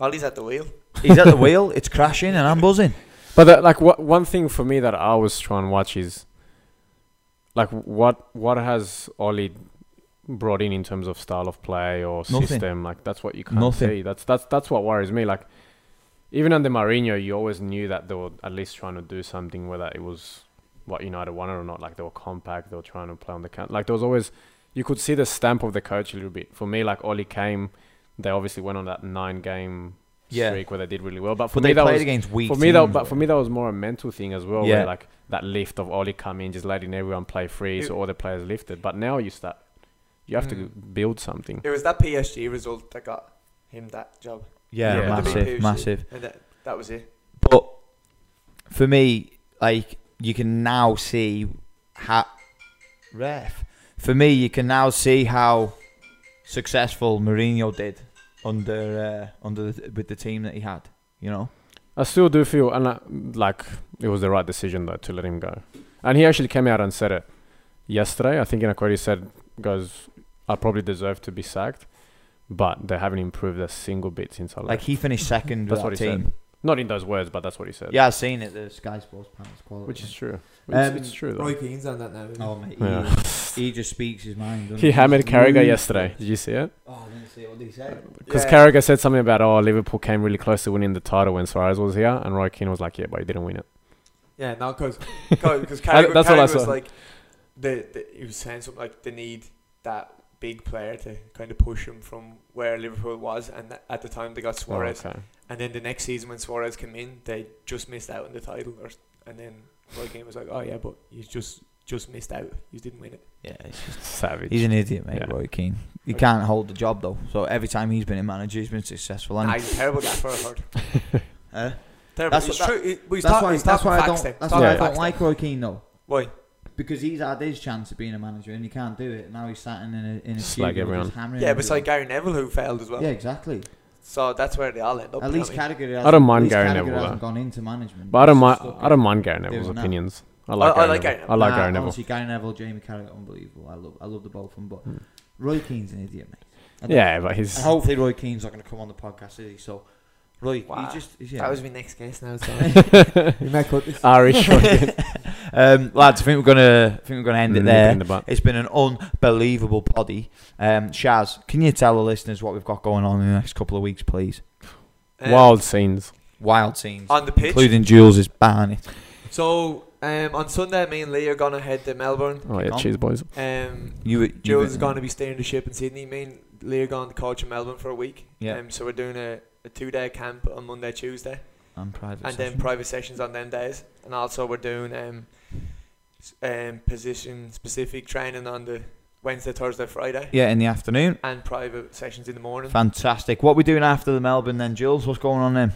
S3: Ollie's at the wheel.
S1: he's at the wheel; it's crashing, and I'm buzzing.
S2: But that, like, what one thing for me that I always try and watch is, like, what what has Oli brought in in terms of style of play or
S1: Nothing.
S2: system? Like, that's what you can't
S1: Nothing.
S2: see. That's that's that's what worries me. Like, even under Mourinho, you always knew that they were at least trying to do something, whether it was what United wanted or not. Like, they were compact. They were trying to play on the count. Like, there was always you could see the stamp of the coach a little bit. For me, like Oli came, they obviously went on that nine game
S1: Yeah.
S2: streak where they did really well. But for
S1: But
S2: me,
S1: they
S2: that
S1: played
S2: was
S1: against weak.
S2: for me that
S1: teams,
S2: but for me that was more a mental thing as well
S1: Yeah.
S2: where like that lift of Oli coming just letting everyone play free so all the players lifted but now you start you have to build something
S3: It was that PSG result that got him that job,
S1: yeah,
S2: Yeah.
S3: The big
S1: massive,
S3: push.
S1: massive.
S3: and that, that was it.
S1: But for me, like you can now see how ref. For me, you can now see how successful Mourinho did under uh, under the, with the team that he had. You know.
S2: I still do feel and I, like it was the right decision though to let him go and he actually came out and said it yesterday I think in a quote he said guys I probably deserve to be sacked but they haven't improved a single bit since I left
S1: Like he finished second with
S2: That's
S1: our
S2: what he
S1: team.
S2: not in those words but that's what he said
S1: Yeah, I've seen it. The Sky Sports panel's quality.
S2: which is true it's,
S1: Um,
S2: it's true though
S5: Roy Keane's on that now. Isn't
S1: Oh, mate, he,
S2: Yeah.
S1: he just speaks his mind. doesn't
S2: he hammered Carragher
S1: Mm.
S2: yesterday did you see it
S1: Oh, I didn't see what he said.
S2: Because
S3: Yeah.
S2: Carragher said something about, oh, Liverpool came really close to winning the title when Suarez was here, and Roy Keane was like, yeah, but he didn't win it. Oh,
S3: Yeah, no, because because
S2: I-
S3: Carragher,
S2: that's all I
S3: Carragher was
S2: saw.
S3: like the, the he was saying something like they need that big player to kind of push him from where Liverpool was, and tha- at the time they
S2: Oh.
S3: got Suarez,
S2: okay.
S3: and then the next season when Suarez came in, they just missed out on the title, or, s- and then Roy Keane was like, oh yeah, but you just just missed out, you didn't win it.
S1: Yeah, he's, just-
S2: Savage.
S1: he's an idiot, mate.
S2: Yeah.
S1: Roy Keane. He can't hold the job though. So every time he's been a manager, he's been successful. And
S3: Nah, he's a terrible guy for a third.
S1: Eh?
S3: Terrible.
S1: That's
S3: it's
S1: what-
S3: true. It, but he's
S1: that's
S3: talk-
S1: why.
S3: he's
S1: that's
S3: talking
S1: why I
S3: facts
S1: don't.
S3: there.
S1: That's
S3: Talking
S1: why I
S3: facts
S1: don't
S3: there.
S1: like Roy Keane though,
S3: Why?
S1: because he's had his chance of being a manager and he can't do it. Now he's sat in a in a
S2: Slag
S1: studio
S2: everyone.
S1: just hammering.
S3: Yeah, but it's like
S1: everyone.
S3: Gary Neville who failed as well.
S1: yeah, exactly.
S3: So that's where they all end up.
S1: At
S3: you know
S1: least
S3: what I mean?
S1: Carragher.
S2: I don't mind
S1: hasn't- at least
S2: Gary
S1: Carragher
S2: Neville,
S1: hasn't gone into management.
S2: but I don't
S1: He's
S2: mind.
S1: stuck
S2: I
S1: in-
S2: don't mind Gary Neville's
S1: doing that.
S2: opinions. I like.
S3: I- I
S2: Gary
S3: like
S2: Neville.
S3: Gary
S2: I like
S1: Nah,
S2: Gary Neville.
S1: Honestly, Gary Neville, Jamie Carragher, unbelievable. I love, I love the both of them. But Roy Keane's an idiot, mate. I don't-
S2: Hmm. Yeah, but
S1: And
S2: he's.
S1: hopefully, Roy Keane's not going to come on the podcast, is he? So, Roy,
S3: Wow.
S1: he just he's, yeah.
S3: That was my next guess now. So. um,
S5: he? We might cut
S1: Ah,
S5: this.
S2: Irish.
S1: um, lads, I think we're gonna, I think we're gonna end
S3: Mm-hmm.
S1: it there.
S2: In Mm, the butt.
S1: It's been an unbelievable body. Um, Shaz, can you tell the listeners what we've got going on in the next couple of weeks, please?
S3: Um,
S2: Wild scenes.
S1: Wild scenes,
S3: on the pitch.
S1: including Jules' is barnet.
S3: So um, on Sunday, me and Lee are gonna head to Melbourne.
S2: Oh yeah,
S1: on.
S2: cheers, boys.
S3: Um,
S1: You, you
S3: Jules is gonna be steering the ship in Sydney. Me and Lee are going to coach in Melbourne for a week.
S1: Yeah.
S3: Um, so we're doing a, a two-day camp on Monday, Tuesday,
S1: on private.
S3: and then
S1: session.
S3: private sessions on them days. And also we're doing um, s- um, position specific training on the Wednesday, Thursday, Friday,
S1: Yeah, in the afternoon.
S3: and private sessions in the morning.
S1: Fantastic. What we doing after the Melbourne then, Jules? What's going on then?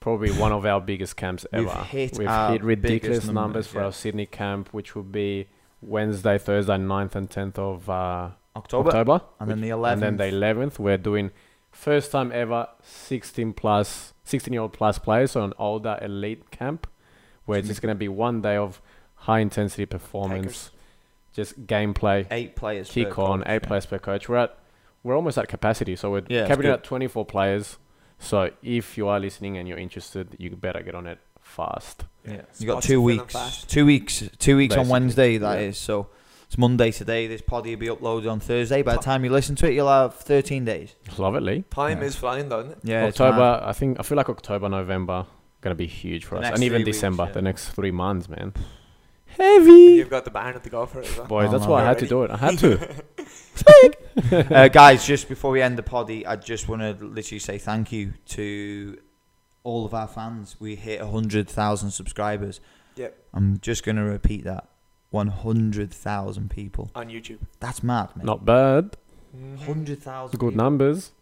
S2: Probably one of our biggest camps ever.
S1: We've hit
S2: We've
S1: our
S2: hit ridiculous
S1: biggest
S2: numbers,
S1: numbers,
S2: for
S1: yeah.
S2: our Sydney camp, which will be Wednesday, Thursday, 9th and 10th of uh,
S1: October,
S2: October.
S1: and then the
S2: and then
S1: 11th.
S2: the 11th we're doing first time ever 16 plus 16 year old plus players so an older elite camp where it's just going to be one day of high intensity performance just gameplay
S1: eight players. per
S2: kick on
S1: coach,
S2: eight
S1: yeah.
S2: players per coach we're at we're almost at capacity so we're
S1: Yeah, that's
S2: capping it
S1: good.
S2: at 24 players so if you are listening and you're interested you better get on it fast
S1: Yeah.
S3: Yeah.
S1: You got
S3: Spots
S1: two
S3: filling
S1: weeks.
S3: fast.
S1: Two weeks. Two weeks on
S2: Basically,
S1: Wednesday. That is
S2: yeah.
S1: so. It's Monday today. This pod will be uploaded on Thursday. By the time you listen to it, you'll have 13 days.
S2: love it lee
S3: Time
S1: Yeah.
S3: is flying, doesn't it?
S1: Yeah, it's mad.
S2: october i think i feel like october november gonna be huge for
S1: The
S2: us
S1: next
S2: and even
S1: three weeks,
S2: december
S1: yeah.
S2: the next three months man heavy
S3: You've got the barn at the golf for it as well.
S2: Boys,
S1: Oh,
S2: that's
S1: no.
S2: why I had
S3: Already.
S2: to do it. I had to.
S1: uh, guys, just before we end the poddy, I just want to literally say thank you to all of our fans. We hit 100,000 subscribers.
S3: Yep.
S1: I'm just going to repeat that 100,000 people.
S3: on YouTube.
S1: That's mad, man.
S2: Not bad.
S1: 100,000
S2: Good
S1: people.
S2: numbers.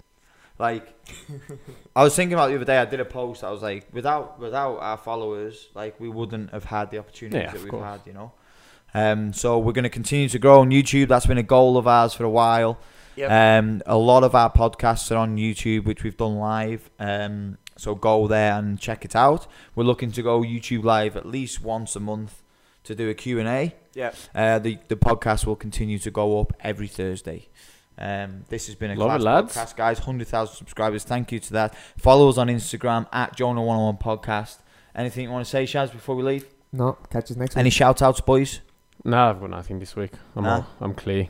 S1: Like, I was thinking about the other day. I did a post. I was like, without without our followers, like we wouldn't have had the opportunities
S2: Yeah,
S1: that
S2: of
S1: we've
S2: course.
S1: had. You know. Um, so we're going to continue to grow on YouTube. That's been a goal of ours for a while.
S3: Yep.
S1: Um, a lot of our podcasts are on YouTube, which we've done live. Um, so go there and check it out. We're looking to go YouTube live at least once a month to do a Q and A.
S3: Yep.
S1: Uh, the the podcast will continue to go up every Thursday. Um, this has been a class
S2: Love it, lads.
S1: podcast, guys. Hundred thousand subscribers. Thank you to that. Follow us on Instagram at Jonah One Hundred One Podcast. Anything you want to say, Shaz, before we leave?
S6: No, catch us next week.
S1: Any shout outs, boys?
S2: Nah, I've got nothing this week. I'm
S1: Nah.
S2: all, I'm clear.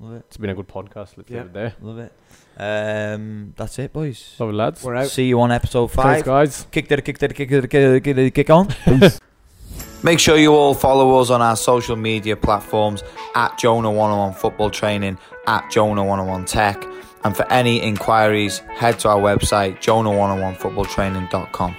S1: Love it,
S2: It's been a good podcast. Let's
S3: Yeah.
S2: leave it there.
S1: love it. Um, that's it, boys.
S2: Love it, lads.
S6: We're out.
S1: See you on episode
S2: Thanks,
S1: five.
S2: guys.
S1: kick that kick that kick that kick that kick on make sure you all follow us on our social media platforms at jonah 101 football training at jonah 101 tech oh and for any inquiries head to our website jonah 101 football training.com